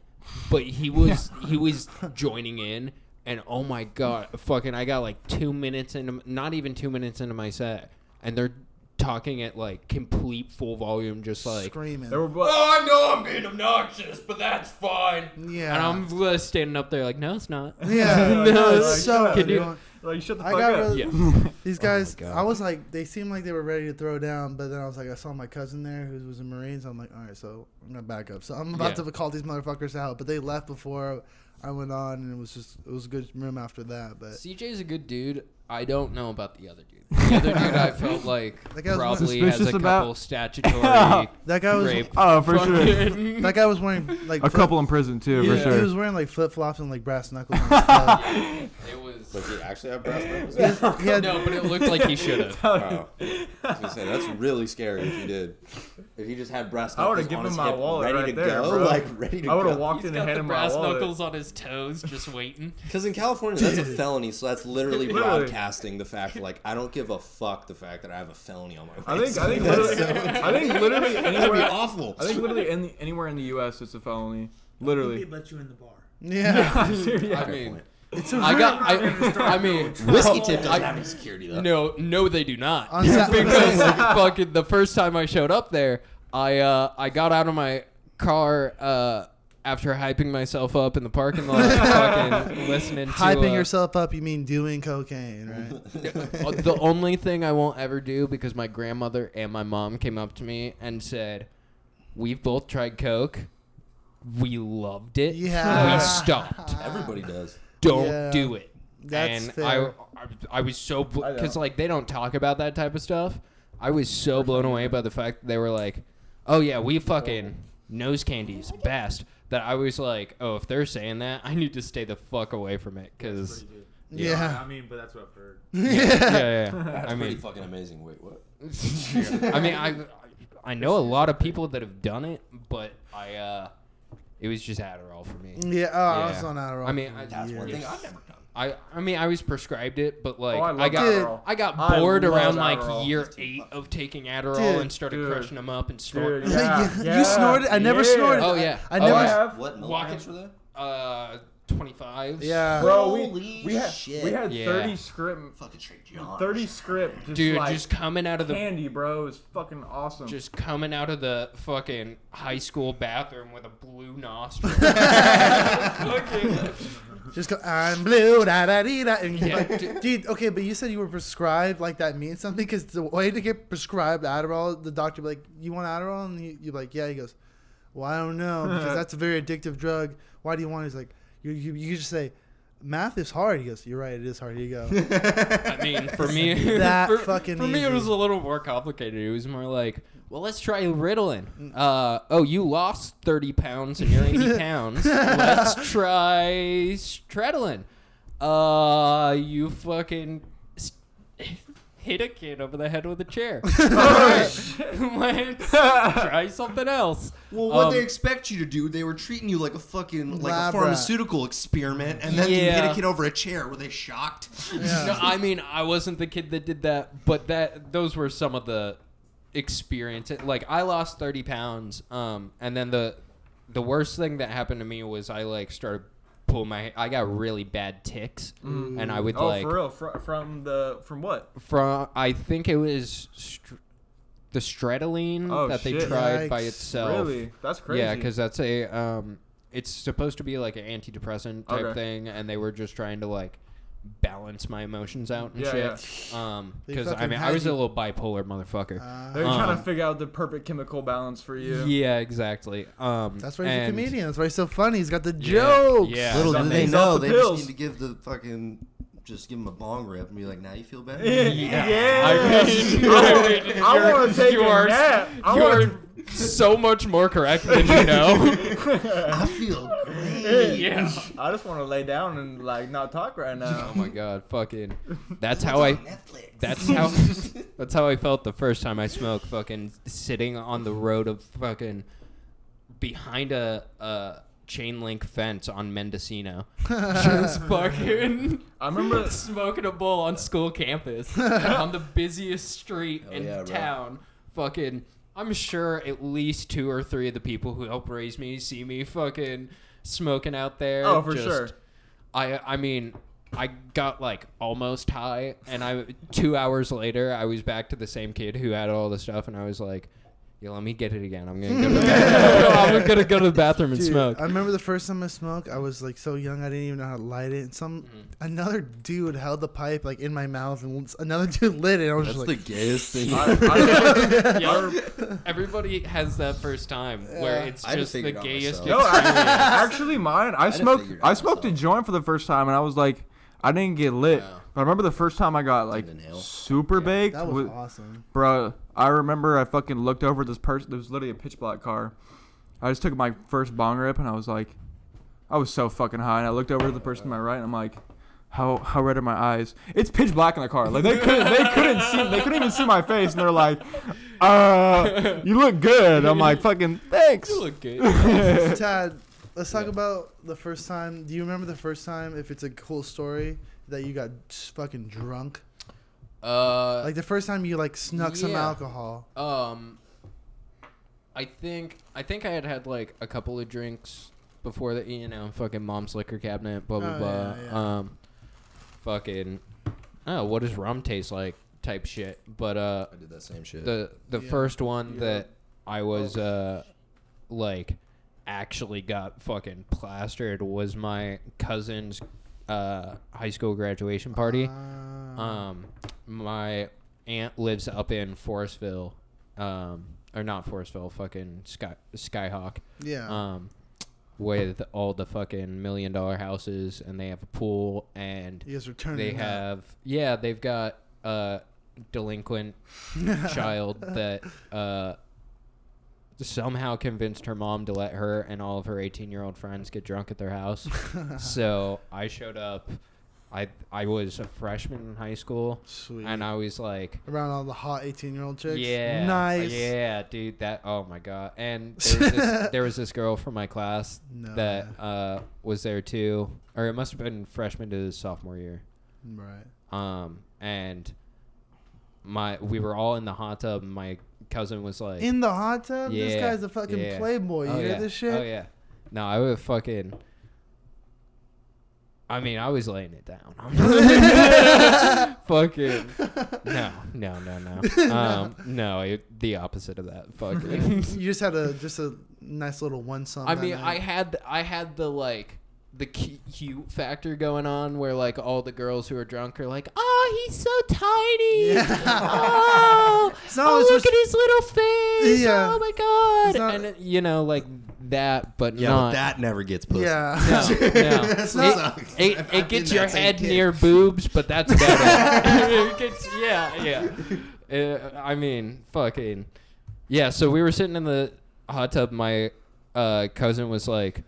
[SPEAKER 3] but he was he was joining in. And oh my god, fucking! I got like two minutes into not even two minutes into my set, and they're talking at like complete full volume, just like
[SPEAKER 1] screaming.
[SPEAKER 5] They were bl-
[SPEAKER 3] Oh, I know I'm being obnoxious, but that's fine.
[SPEAKER 1] Yeah.
[SPEAKER 3] And I'm uh, standing up there like, no, it's not.
[SPEAKER 1] yeah,
[SPEAKER 5] No,
[SPEAKER 1] it's
[SPEAKER 5] like,
[SPEAKER 1] so
[SPEAKER 5] shut up, dude.
[SPEAKER 1] annoying.
[SPEAKER 5] like shut the
[SPEAKER 1] I
[SPEAKER 5] fuck
[SPEAKER 1] got
[SPEAKER 5] up.
[SPEAKER 1] really, these guys.
[SPEAKER 3] Oh God.
[SPEAKER 1] I was like, they seemed like they were ready to throw down, but then I was like, I saw my cousin there who was in Marines. I'm like, all right, so I'm gonna back up. So I'm about
[SPEAKER 3] Yeah.
[SPEAKER 1] to call these motherfuckers out, but they left before I went on, and it was just it was a good room after that. But
[SPEAKER 3] CJ's a good dude. I don't know about the other dude. The other dude I felt like
[SPEAKER 1] That guy was
[SPEAKER 3] probably has
[SPEAKER 5] Suspicious
[SPEAKER 3] a
[SPEAKER 5] about-
[SPEAKER 3] couple statutory
[SPEAKER 1] that guy was
[SPEAKER 3] rape.
[SPEAKER 5] Oh, for sure.
[SPEAKER 3] fucking-
[SPEAKER 1] that guy was wearing like
[SPEAKER 5] A
[SPEAKER 1] flip-
[SPEAKER 5] couple in prison too,
[SPEAKER 1] He,
[SPEAKER 5] for
[SPEAKER 1] he
[SPEAKER 5] sure.
[SPEAKER 1] was wearing like flip flops and like brass knuckles. On his toe.
[SPEAKER 3] It was.
[SPEAKER 4] Does he actually have brass knuckles?
[SPEAKER 1] He had-
[SPEAKER 3] No, but it looked like he should have.
[SPEAKER 4] Wow. I was gonna say that's really scary if you did. If you just had brass
[SPEAKER 5] I
[SPEAKER 4] knuckles
[SPEAKER 5] would've
[SPEAKER 4] on
[SPEAKER 5] given
[SPEAKER 4] his
[SPEAKER 5] him my
[SPEAKER 4] hip,
[SPEAKER 5] wallet
[SPEAKER 4] ready
[SPEAKER 5] right
[SPEAKER 4] to
[SPEAKER 5] there,
[SPEAKER 4] go,
[SPEAKER 5] bro.
[SPEAKER 4] like ready to
[SPEAKER 5] I would have
[SPEAKER 4] go.
[SPEAKER 5] walked in and handed my wallet.
[SPEAKER 3] on his toes, just waiting.
[SPEAKER 4] Because in California, that's a felony, so that's literally
[SPEAKER 5] Literally.
[SPEAKER 4] broadcasting the fact, like, I don't give a fuck the fact that I have a felony on my
[SPEAKER 5] I
[SPEAKER 4] record.
[SPEAKER 5] think I think literally, I think literally
[SPEAKER 4] that'd be
[SPEAKER 5] anywhere
[SPEAKER 4] awful.
[SPEAKER 5] I think literally any, anywhere in the U.S. it's a felony.
[SPEAKER 2] They
[SPEAKER 5] Literally.
[SPEAKER 2] let you in the bar.
[SPEAKER 1] yeah,
[SPEAKER 3] I
[SPEAKER 5] yeah.
[SPEAKER 3] mean,
[SPEAKER 1] it's a
[SPEAKER 3] I
[SPEAKER 1] real-
[SPEAKER 3] got. I, I mean,
[SPEAKER 4] Whiskey tip doesn't
[SPEAKER 3] I-
[SPEAKER 4] have any security though.
[SPEAKER 3] No, no, they do not.
[SPEAKER 1] On Sa-
[SPEAKER 3] because fucking the first time I showed up there, I uh, I got out of my car uh, after hyping myself up in the parking lot, fucking listening to
[SPEAKER 1] hyping
[SPEAKER 3] uh,
[SPEAKER 1] yourself up. You mean doing cocaine, right?
[SPEAKER 3] uh, the only thing I won't ever do because my grandmother and my mom came up to me and said, "We've both tried coke." We loved it.
[SPEAKER 1] Yeah.
[SPEAKER 3] We stopped.
[SPEAKER 4] Everybody does.
[SPEAKER 3] Don't
[SPEAKER 1] Yeah.
[SPEAKER 3] do it.
[SPEAKER 1] That's
[SPEAKER 3] and
[SPEAKER 1] fair.
[SPEAKER 3] I, I, I was so
[SPEAKER 5] I know.
[SPEAKER 3] because like they don't talk about that type of stuff. I was so blown away by the fact that they were like, "Oh yeah, we fucking nose candies best." That I was like, "Oh, if they're saying that, I need to stay the fuck away from it." Because
[SPEAKER 1] yeah.
[SPEAKER 2] I mean, but that's what I've heard.
[SPEAKER 3] yeah, yeah, yeah. I
[SPEAKER 4] Pretty
[SPEAKER 3] mean,
[SPEAKER 4] fucking amazing. Wait, what?
[SPEAKER 3] I mean, I I know a lot of people that have done it, but I uh, it was just Adderall for me.
[SPEAKER 1] Yeah, oh, I
[SPEAKER 3] Yeah.
[SPEAKER 1] was on Adderall.
[SPEAKER 3] I mean,
[SPEAKER 1] for
[SPEAKER 3] I-
[SPEAKER 4] That's one
[SPEAKER 1] years.
[SPEAKER 4] thing I've never done.
[SPEAKER 3] I I mean I was prescribed it, but like
[SPEAKER 5] Oh, I
[SPEAKER 3] I,
[SPEAKER 5] love
[SPEAKER 3] got
[SPEAKER 5] Adderall.
[SPEAKER 3] I got
[SPEAKER 5] I
[SPEAKER 3] bored
[SPEAKER 5] love
[SPEAKER 3] around
[SPEAKER 5] Adderall.
[SPEAKER 3] like year eight of taking Adderall
[SPEAKER 1] Dude.
[SPEAKER 3] and started
[SPEAKER 5] Dude.
[SPEAKER 3] crushing them up and snorting.
[SPEAKER 5] Dude,
[SPEAKER 3] them.
[SPEAKER 5] yeah,
[SPEAKER 1] You
[SPEAKER 5] yeah,
[SPEAKER 1] snorted? I never snorted.
[SPEAKER 3] Oh yeah,
[SPEAKER 1] I
[SPEAKER 3] Oh,
[SPEAKER 1] never-
[SPEAKER 5] I
[SPEAKER 3] yeah.
[SPEAKER 5] have.
[SPEAKER 4] What
[SPEAKER 3] Walking-
[SPEAKER 4] milligrams were there?
[SPEAKER 3] uh twenty five.
[SPEAKER 1] Yeah.
[SPEAKER 5] Bro, we,
[SPEAKER 4] Holy
[SPEAKER 5] we had
[SPEAKER 4] shit.
[SPEAKER 5] we had
[SPEAKER 3] Yeah.
[SPEAKER 5] 30 script
[SPEAKER 4] Fucking straight John.
[SPEAKER 5] 30 script just
[SPEAKER 3] dude,
[SPEAKER 5] like
[SPEAKER 3] just coming out of the
[SPEAKER 5] candy, bro. It was fucking awesome.
[SPEAKER 3] just coming out of the fucking high school bathroom with a blue nostril. Fucking-
[SPEAKER 1] Just go, I'm blue, da da dee da. And you're
[SPEAKER 3] Yeah,
[SPEAKER 1] like, dude, okay, but you said you were prescribed, like that means something? Because the way to get prescribed Adderall, the doctor be like, You want Adderall? And you, you're like, Yeah. He goes, Well, I don't know, because that's a very addictive drug. Why do you want it? He's like, You, you, you just say, math is hard. He goes, you're right, it is hard. Here you go.
[SPEAKER 3] I mean, for me,
[SPEAKER 1] That
[SPEAKER 3] for,
[SPEAKER 1] fucking
[SPEAKER 3] for me, it
[SPEAKER 1] easy.
[SPEAKER 3] was a little more complicated. It was more like, well, let's try Ritalin. Uh, oh, you lost thirty pounds and you're eighty pounds. Let's try Stradolin. Uh, you fucking s- hit a kid over the head with a chair. All right, let's try something else.
[SPEAKER 4] Well, what
[SPEAKER 3] Um,
[SPEAKER 4] they expect you to do, they were treating you like a fucking like
[SPEAKER 1] Lab
[SPEAKER 4] a
[SPEAKER 1] rat.
[SPEAKER 4] pharmaceutical experiment, and then you
[SPEAKER 3] Yeah.
[SPEAKER 4] hit a kid over a chair. Were they shocked?
[SPEAKER 3] No, I mean, I wasn't the kid that did that, but that those were some of the experience. Like I lost thirty pounds, um, and then the the worst thing that happened to me was I like started pull my. I got really bad ticks, and I would
[SPEAKER 5] Oh,
[SPEAKER 3] like
[SPEAKER 5] for real? Fr- from the from what?
[SPEAKER 3] from. I think it was str- the Strataline
[SPEAKER 5] Oh,
[SPEAKER 3] that they
[SPEAKER 5] shit.
[SPEAKER 3] tried by
[SPEAKER 1] Yikes.
[SPEAKER 3] itself.
[SPEAKER 5] Really? That's crazy.
[SPEAKER 3] Oh, Yeah, because that's a um, it's supposed to be like an antidepressant type
[SPEAKER 5] Okay.
[SPEAKER 3] thing, and they were just trying to like balance my emotions out and
[SPEAKER 5] Yeah,
[SPEAKER 3] shit. Um,
[SPEAKER 1] They
[SPEAKER 3] because I
[SPEAKER 1] fucking
[SPEAKER 3] mean, I
[SPEAKER 1] had
[SPEAKER 3] was
[SPEAKER 1] you-
[SPEAKER 3] a little bipolar motherfucker.
[SPEAKER 1] Uh,
[SPEAKER 5] they're trying
[SPEAKER 3] Um,
[SPEAKER 5] to figure out the perfect chemical balance for you.
[SPEAKER 3] yeah. exactly. Um,
[SPEAKER 1] that's why he's
[SPEAKER 3] and-
[SPEAKER 1] a comedian. That's why he's so funny. He's got the
[SPEAKER 3] Yeah,
[SPEAKER 1] jokes.
[SPEAKER 3] yeah.
[SPEAKER 4] Little
[SPEAKER 5] That
[SPEAKER 4] do they
[SPEAKER 5] makes
[SPEAKER 4] know,
[SPEAKER 5] up the
[SPEAKER 4] they just
[SPEAKER 5] pills.
[SPEAKER 4] need to give the fucking just give them a bong rip and be like, now you feel better.
[SPEAKER 5] Yeah.
[SPEAKER 3] I-
[SPEAKER 5] I, want to take
[SPEAKER 3] you
[SPEAKER 5] a
[SPEAKER 3] are,
[SPEAKER 5] nap. I
[SPEAKER 3] you
[SPEAKER 5] want
[SPEAKER 3] are so much more correct than you know.
[SPEAKER 4] I feel great.
[SPEAKER 3] yeah.
[SPEAKER 5] I just want to lay down and like not talk right now.
[SPEAKER 3] Oh my god, fucking. That's how I.
[SPEAKER 4] Netflix.
[SPEAKER 3] That's how. that's how I felt the first time I smoked. Fucking sitting on the road of fucking behind a, a chain link fence on Mendocino, just fucking
[SPEAKER 5] I remember
[SPEAKER 3] smoking a bowl on school campus on the busiest street
[SPEAKER 4] Hell
[SPEAKER 3] in
[SPEAKER 4] yeah, bro.
[SPEAKER 3] town. Fucking. I'm sure at least two or three of the people who helped raise me see me fucking smoking out there.
[SPEAKER 5] Oh, for
[SPEAKER 3] just-
[SPEAKER 5] sure.
[SPEAKER 3] I I mean I got like almost high and I two hours later I was back to the same kid who had all the stuff and I was like, Yeah, let me get it again. I'm gonna go to the I'm gonna go to the bathroom and
[SPEAKER 1] Dude,
[SPEAKER 3] smoke.
[SPEAKER 1] I remember the first time I smoked, I was like so young, I didn't even know how to light it. And some
[SPEAKER 3] Mm-hmm.
[SPEAKER 1] another dude held the pipe like in my mouth, and once- another dude lit it. And I was
[SPEAKER 4] That's
[SPEAKER 1] just
[SPEAKER 4] the
[SPEAKER 1] like,
[SPEAKER 4] gayest thing.
[SPEAKER 5] I, I,
[SPEAKER 3] Yeah. Everybody has that first time where
[SPEAKER 1] Yeah.
[SPEAKER 3] it's
[SPEAKER 4] I had to
[SPEAKER 3] just the
[SPEAKER 4] figure it out
[SPEAKER 3] gayest
[SPEAKER 5] no,
[SPEAKER 4] myself.
[SPEAKER 5] I,
[SPEAKER 3] experience.
[SPEAKER 5] actually, mine. I,
[SPEAKER 4] I didn't
[SPEAKER 5] smoked.
[SPEAKER 4] figure it
[SPEAKER 5] I
[SPEAKER 4] out
[SPEAKER 5] smoked a
[SPEAKER 4] myself.
[SPEAKER 5] joint for the first time, and I was like, I didn't get lit.
[SPEAKER 3] Wow.
[SPEAKER 5] But I remember the first time I got like
[SPEAKER 4] Didn't inhale.
[SPEAKER 5] super baked.
[SPEAKER 1] that was
[SPEAKER 5] with-
[SPEAKER 1] awesome.
[SPEAKER 5] Bro, I remember I fucking looked over at this person. There was literally a pitch black car. I just took my first bong rip and I was like, I was so fucking high. And I looked over to the person to my right and I'm like, how how red are my eyes? It's pitch black in the car. Like they couldn't they couldn't see they couldn't even see my face. And they're like, uh, you look good. I'm like, fucking thanks.
[SPEAKER 3] You look good.
[SPEAKER 1] Tad, let's talk about the first time. Do you remember the first time? If it's a cool story that you got s- fucking drunk,
[SPEAKER 3] Uh,
[SPEAKER 1] like the first time you like snuck some
[SPEAKER 3] Yeah.
[SPEAKER 1] alcohol.
[SPEAKER 3] Um, I think I think I had had like a couple of drinks before the you know fucking mom's liquor cabinet blah blah
[SPEAKER 1] Oh,
[SPEAKER 3] blah.
[SPEAKER 1] yeah, yeah.
[SPEAKER 3] Um, fucking oh, what does rum taste like type shit. But uh,
[SPEAKER 4] I did that same shit.
[SPEAKER 3] the the
[SPEAKER 1] Yeah. Oh.
[SPEAKER 3] first one
[SPEAKER 5] Yeah.
[SPEAKER 3] that I was uh like actually got fucking plastered was my cousin's uh high school graduation party.
[SPEAKER 1] Ah.
[SPEAKER 3] Um, my aunt lives up in Forestville, um, or not Forestville, fucking Sky Skyhawk.
[SPEAKER 1] yeah.
[SPEAKER 3] Um, with all the fucking million dollar houses, and they have a pool, and
[SPEAKER 1] you guys were turning.
[SPEAKER 3] they
[SPEAKER 1] it up.
[SPEAKER 3] have yeah, they've got a delinquent child that uh somehow convinced her mom to let her and all of her 18 year old friends get drunk at their house. so I showed up. I I was a freshman in high school,
[SPEAKER 1] Sweet.
[SPEAKER 3] and I was like,
[SPEAKER 1] Around all the hot eighteen-year-old chicks.
[SPEAKER 3] yeah,
[SPEAKER 1] Nice.
[SPEAKER 3] yeah, dude, that oh my god. And there was this, there was this girl from my class
[SPEAKER 1] No.
[SPEAKER 3] that uh was there too, or it must have been freshman to sophomore year
[SPEAKER 1] Right.
[SPEAKER 3] um, and my we were all in the hot tub. And my cousin was like,
[SPEAKER 1] In the hot tub. this
[SPEAKER 3] Yeah,
[SPEAKER 1] guy's a fucking
[SPEAKER 3] yeah.
[SPEAKER 1] playboy. You
[SPEAKER 3] "Oh
[SPEAKER 1] hear
[SPEAKER 3] yeah,
[SPEAKER 1] this shit?
[SPEAKER 3] oh yeah." No, I would fucking. I mean, I was laying it down. fucking no, no, no, no. Um, no, it, the opposite of that. Fucking.
[SPEAKER 1] You just had a just a nice little one song.
[SPEAKER 3] I
[SPEAKER 1] that
[SPEAKER 3] mean, I
[SPEAKER 1] night.
[SPEAKER 3] had I had the like the cu- cute factor going on where like all the girls who are drunk are like, "Oh, he's so tiny.
[SPEAKER 1] Yeah.
[SPEAKER 3] Oh,
[SPEAKER 1] So
[SPEAKER 3] oh
[SPEAKER 1] it's
[SPEAKER 3] look
[SPEAKER 1] just-
[SPEAKER 3] at his little face.
[SPEAKER 1] Yeah.
[SPEAKER 3] Oh my god."
[SPEAKER 1] It's not-
[SPEAKER 3] and it- you know, like that, but
[SPEAKER 4] Yeah,
[SPEAKER 3] not
[SPEAKER 4] but that never gets pussy.
[SPEAKER 1] Yeah.
[SPEAKER 3] No, no.
[SPEAKER 4] That's what
[SPEAKER 3] it,
[SPEAKER 4] sucks.
[SPEAKER 3] It,
[SPEAKER 4] I've-
[SPEAKER 3] it
[SPEAKER 4] I've
[SPEAKER 3] gets
[SPEAKER 4] been
[SPEAKER 3] your
[SPEAKER 4] that same
[SPEAKER 3] head
[SPEAKER 4] kid.
[SPEAKER 3] near boobs, but that's better. it gets, yeah, yeah. Uh, I mean, fucking. Yeah, so we were sitting in the hot tub. My uh, cousin was like,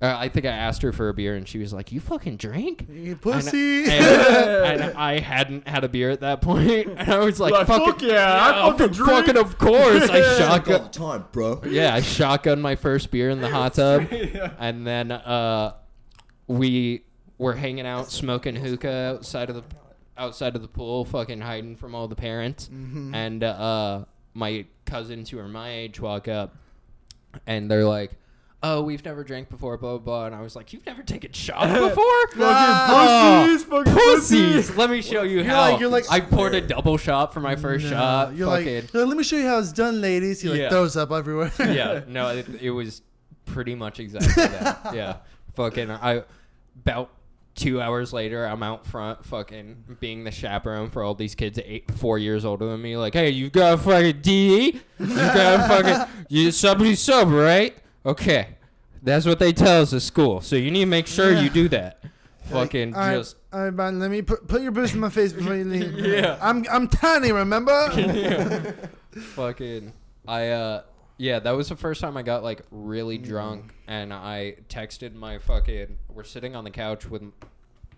[SPEAKER 3] uh, I think I asked her for a beer, and she was like, You fucking drink?
[SPEAKER 1] You pussy.
[SPEAKER 3] And, and I hadn't had a beer at that point, and I was like,
[SPEAKER 2] Like,
[SPEAKER 3] fucking,
[SPEAKER 2] fuck yeah, I fucking drink."
[SPEAKER 3] fucking of course. I
[SPEAKER 4] Fuck all
[SPEAKER 3] shotgun,
[SPEAKER 4] the time, bro.
[SPEAKER 3] yeah, I shotgunned my first beer in the hot tub, and then uh, we were hanging out smoking hookah outside of the outside of the pool, fucking hiding from all the parents.
[SPEAKER 1] Mm-hmm.
[SPEAKER 3] And uh, my cousins who are my age walk up, and they're like. Oh, we've never drank before, blah blah blah, and I was like, "You've never taken shots before?
[SPEAKER 1] Ah.
[SPEAKER 2] Pussies, fucking
[SPEAKER 3] Pussies! Let me show you how."
[SPEAKER 1] like- you're like-
[SPEAKER 3] I poured a double shot for my first
[SPEAKER 1] No.
[SPEAKER 3] shot.
[SPEAKER 1] You're like,
[SPEAKER 3] fucking.
[SPEAKER 1] "You're like, let me show you how it's done, ladies. He like
[SPEAKER 3] Yeah.
[SPEAKER 1] throws up everywhere.
[SPEAKER 3] yeah, no, it, it was pretty much exactly that. Yeah, fucking, I about two hours later, I'm out front, fucking being the chaperone for all these kids eight, four years older than me. Like, hey, you got a fucking DE? You got a fucking you somebody sober, right? Okay, that's what they tell us at school. So you need to make sure you do that. Fucking
[SPEAKER 1] All right,
[SPEAKER 3] just.
[SPEAKER 1] all right, man. Let me put, put your boots in my face before you leave.
[SPEAKER 3] Yeah.
[SPEAKER 1] I'm I'm tiny. Remember?
[SPEAKER 3] Yeah. fucking I uh yeah, that was the first time I got like
[SPEAKER 1] Mm.
[SPEAKER 3] really drunk and I texted my fucking we're sitting on the couch with m-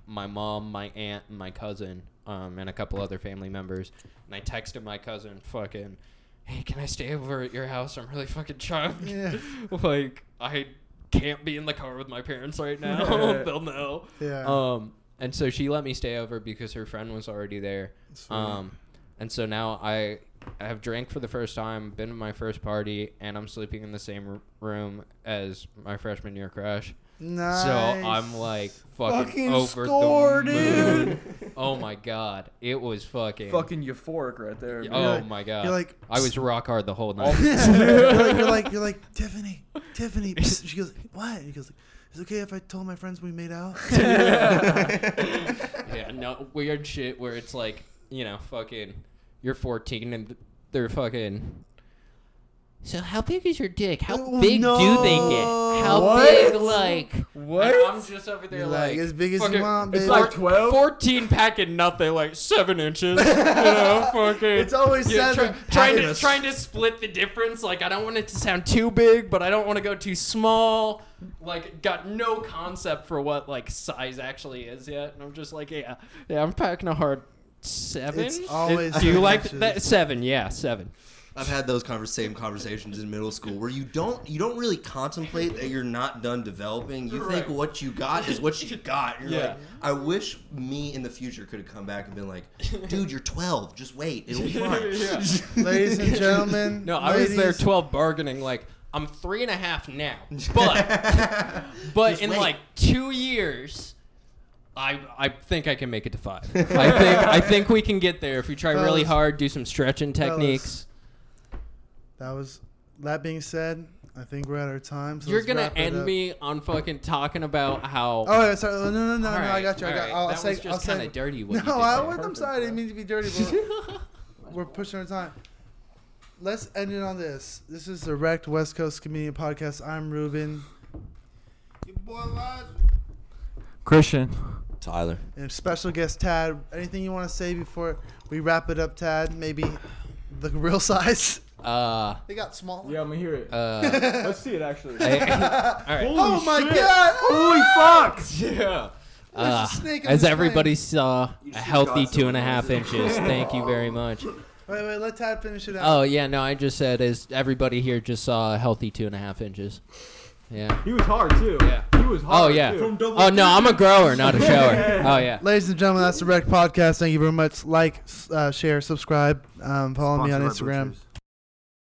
[SPEAKER 3] my mom, my aunt, and my cousin, um, and a couple other family members. And I texted my cousin fucking Hey, can I stay over at your house? I'm really fucking drunk.
[SPEAKER 1] Yeah.
[SPEAKER 3] like I can't be in the car with my parents right now. They'll know.
[SPEAKER 1] Yeah.
[SPEAKER 3] Um, and so she let me stay over because her friend was already there. Um, and so now I I have drank for the first time, been to my first party, and I'm sleeping in the same r- room as my freshman year crush.
[SPEAKER 1] nice.
[SPEAKER 3] So I'm like fucking,
[SPEAKER 1] Fucking
[SPEAKER 3] over
[SPEAKER 1] score,
[SPEAKER 3] the moon. oh my god, it was fucking.
[SPEAKER 5] Fucking euphoric right there. man.
[SPEAKER 3] Oh
[SPEAKER 1] like-
[SPEAKER 3] my god!
[SPEAKER 1] you're like-
[SPEAKER 3] I was rock hard the whole night.
[SPEAKER 1] you're, like, you're like you're like Tiffany, Tiffany. psst." She goes, what? And he goes, it's okay if I told my friends we made out.
[SPEAKER 3] Yeah, no weird shit where it's like, you know, fucking, you're 14 and they're fucking. So how big is your dick? How
[SPEAKER 1] Oh,
[SPEAKER 3] big do they
[SPEAKER 1] no.
[SPEAKER 3] get? How
[SPEAKER 1] What?
[SPEAKER 3] big, like?
[SPEAKER 2] What?
[SPEAKER 3] And I'm just over there
[SPEAKER 1] You're
[SPEAKER 3] like,
[SPEAKER 1] like, as big as
[SPEAKER 3] fucking
[SPEAKER 1] you want,
[SPEAKER 5] It's
[SPEAKER 1] baby.
[SPEAKER 5] like 12?
[SPEAKER 3] 14 pack and nothing, like seven inches. you know, fucking.
[SPEAKER 1] It's always
[SPEAKER 3] Yeah,
[SPEAKER 1] seven.
[SPEAKER 3] try- trying to
[SPEAKER 4] Happiness.
[SPEAKER 3] trying to split the difference. Like I don't want it to sound too big, but I don't want to go too small. Like got no concept for what like size actually is yet, and I'm just like, yeah, yeah, I'm packing a hard seven.
[SPEAKER 1] It's always
[SPEAKER 3] do you
[SPEAKER 1] seven
[SPEAKER 3] like
[SPEAKER 1] inches.
[SPEAKER 3] that seven? Yeah, seven.
[SPEAKER 4] I've had those convers- same conversations in middle school where you don't you don't really contemplate that you're not done developing. You think
[SPEAKER 3] Right.
[SPEAKER 4] what you got is what you got. You're
[SPEAKER 3] Yeah.
[SPEAKER 4] like, I wish me in the future could have come back and been like, dude, you're 12. Just wait, it'll be fine.
[SPEAKER 1] Ladies and gentlemen.
[SPEAKER 3] No, I was there
[SPEAKER 1] ladies,
[SPEAKER 3] 12 bargaining like I'm three and a half now, but but
[SPEAKER 4] Just
[SPEAKER 3] in
[SPEAKER 4] wait.
[SPEAKER 3] like two years. I, I think I can make it to five. I think I think we can get there if we try really
[SPEAKER 1] Fellas.
[SPEAKER 3] hard, do some stretching
[SPEAKER 1] Fellas.
[SPEAKER 3] techniques.
[SPEAKER 1] That was. That being said, I think we're at our time. So
[SPEAKER 3] You're
[SPEAKER 1] let's
[SPEAKER 3] gonna
[SPEAKER 1] wrap it
[SPEAKER 3] end
[SPEAKER 1] up.
[SPEAKER 3] me on fucking talking about how.
[SPEAKER 1] Oh, yeah, sorry. No, no, no, no.
[SPEAKER 3] All right,
[SPEAKER 1] I got you. I
[SPEAKER 3] all
[SPEAKER 1] got.
[SPEAKER 3] right.
[SPEAKER 1] I'll
[SPEAKER 3] that
[SPEAKER 1] say.
[SPEAKER 3] was
[SPEAKER 1] I'll
[SPEAKER 3] just
[SPEAKER 1] say.
[SPEAKER 3] kind of dirty. What
[SPEAKER 1] No, I
[SPEAKER 3] you did
[SPEAKER 1] was,
[SPEAKER 3] there.
[SPEAKER 1] I'm sorry. I didn't mean to be dirty, but we're pushing our time. Let's end it on this. This is the Wrecked West Coast Comedian Podcast. I'm Ruben,
[SPEAKER 5] Christian.
[SPEAKER 4] Tyler.
[SPEAKER 1] and special guest Tad. Anything you want to say before we wrap it up, Tad? Maybe the real size.
[SPEAKER 3] Uh,
[SPEAKER 1] They got smaller.
[SPEAKER 5] Yeah, I'm gonna hear it.
[SPEAKER 3] uh,
[SPEAKER 5] Let's see it actually.
[SPEAKER 3] I- all right.
[SPEAKER 1] Oh
[SPEAKER 5] Holy
[SPEAKER 1] my
[SPEAKER 5] shit.
[SPEAKER 1] God!
[SPEAKER 5] Holy fuck!
[SPEAKER 3] Yeah.
[SPEAKER 1] There's a snake in
[SPEAKER 3] Ah, Uh, as
[SPEAKER 1] this thing.
[SPEAKER 3] everybody saw, a
[SPEAKER 6] should
[SPEAKER 3] healthy
[SPEAKER 6] got
[SPEAKER 3] two and a
[SPEAKER 6] some
[SPEAKER 3] half inches. Thank you very much.
[SPEAKER 1] Wait, wait. Let Tad finish it out.
[SPEAKER 3] Oh yeah, no, I just said is everybody here just saw a healthy two and a half inches. Yeah.
[SPEAKER 5] He was hard too.
[SPEAKER 3] Yeah.
[SPEAKER 5] He was
[SPEAKER 3] Oh
[SPEAKER 5] hard.
[SPEAKER 3] yeah.
[SPEAKER 5] Too.
[SPEAKER 3] Oh no, I'm a grower, not a shower. Oh yeah.
[SPEAKER 1] Ladies and gentlemen, that's the Wrecked Podcast. Thank you very much. Like, s- uh, share, subscribe, um, follow me on Instagram.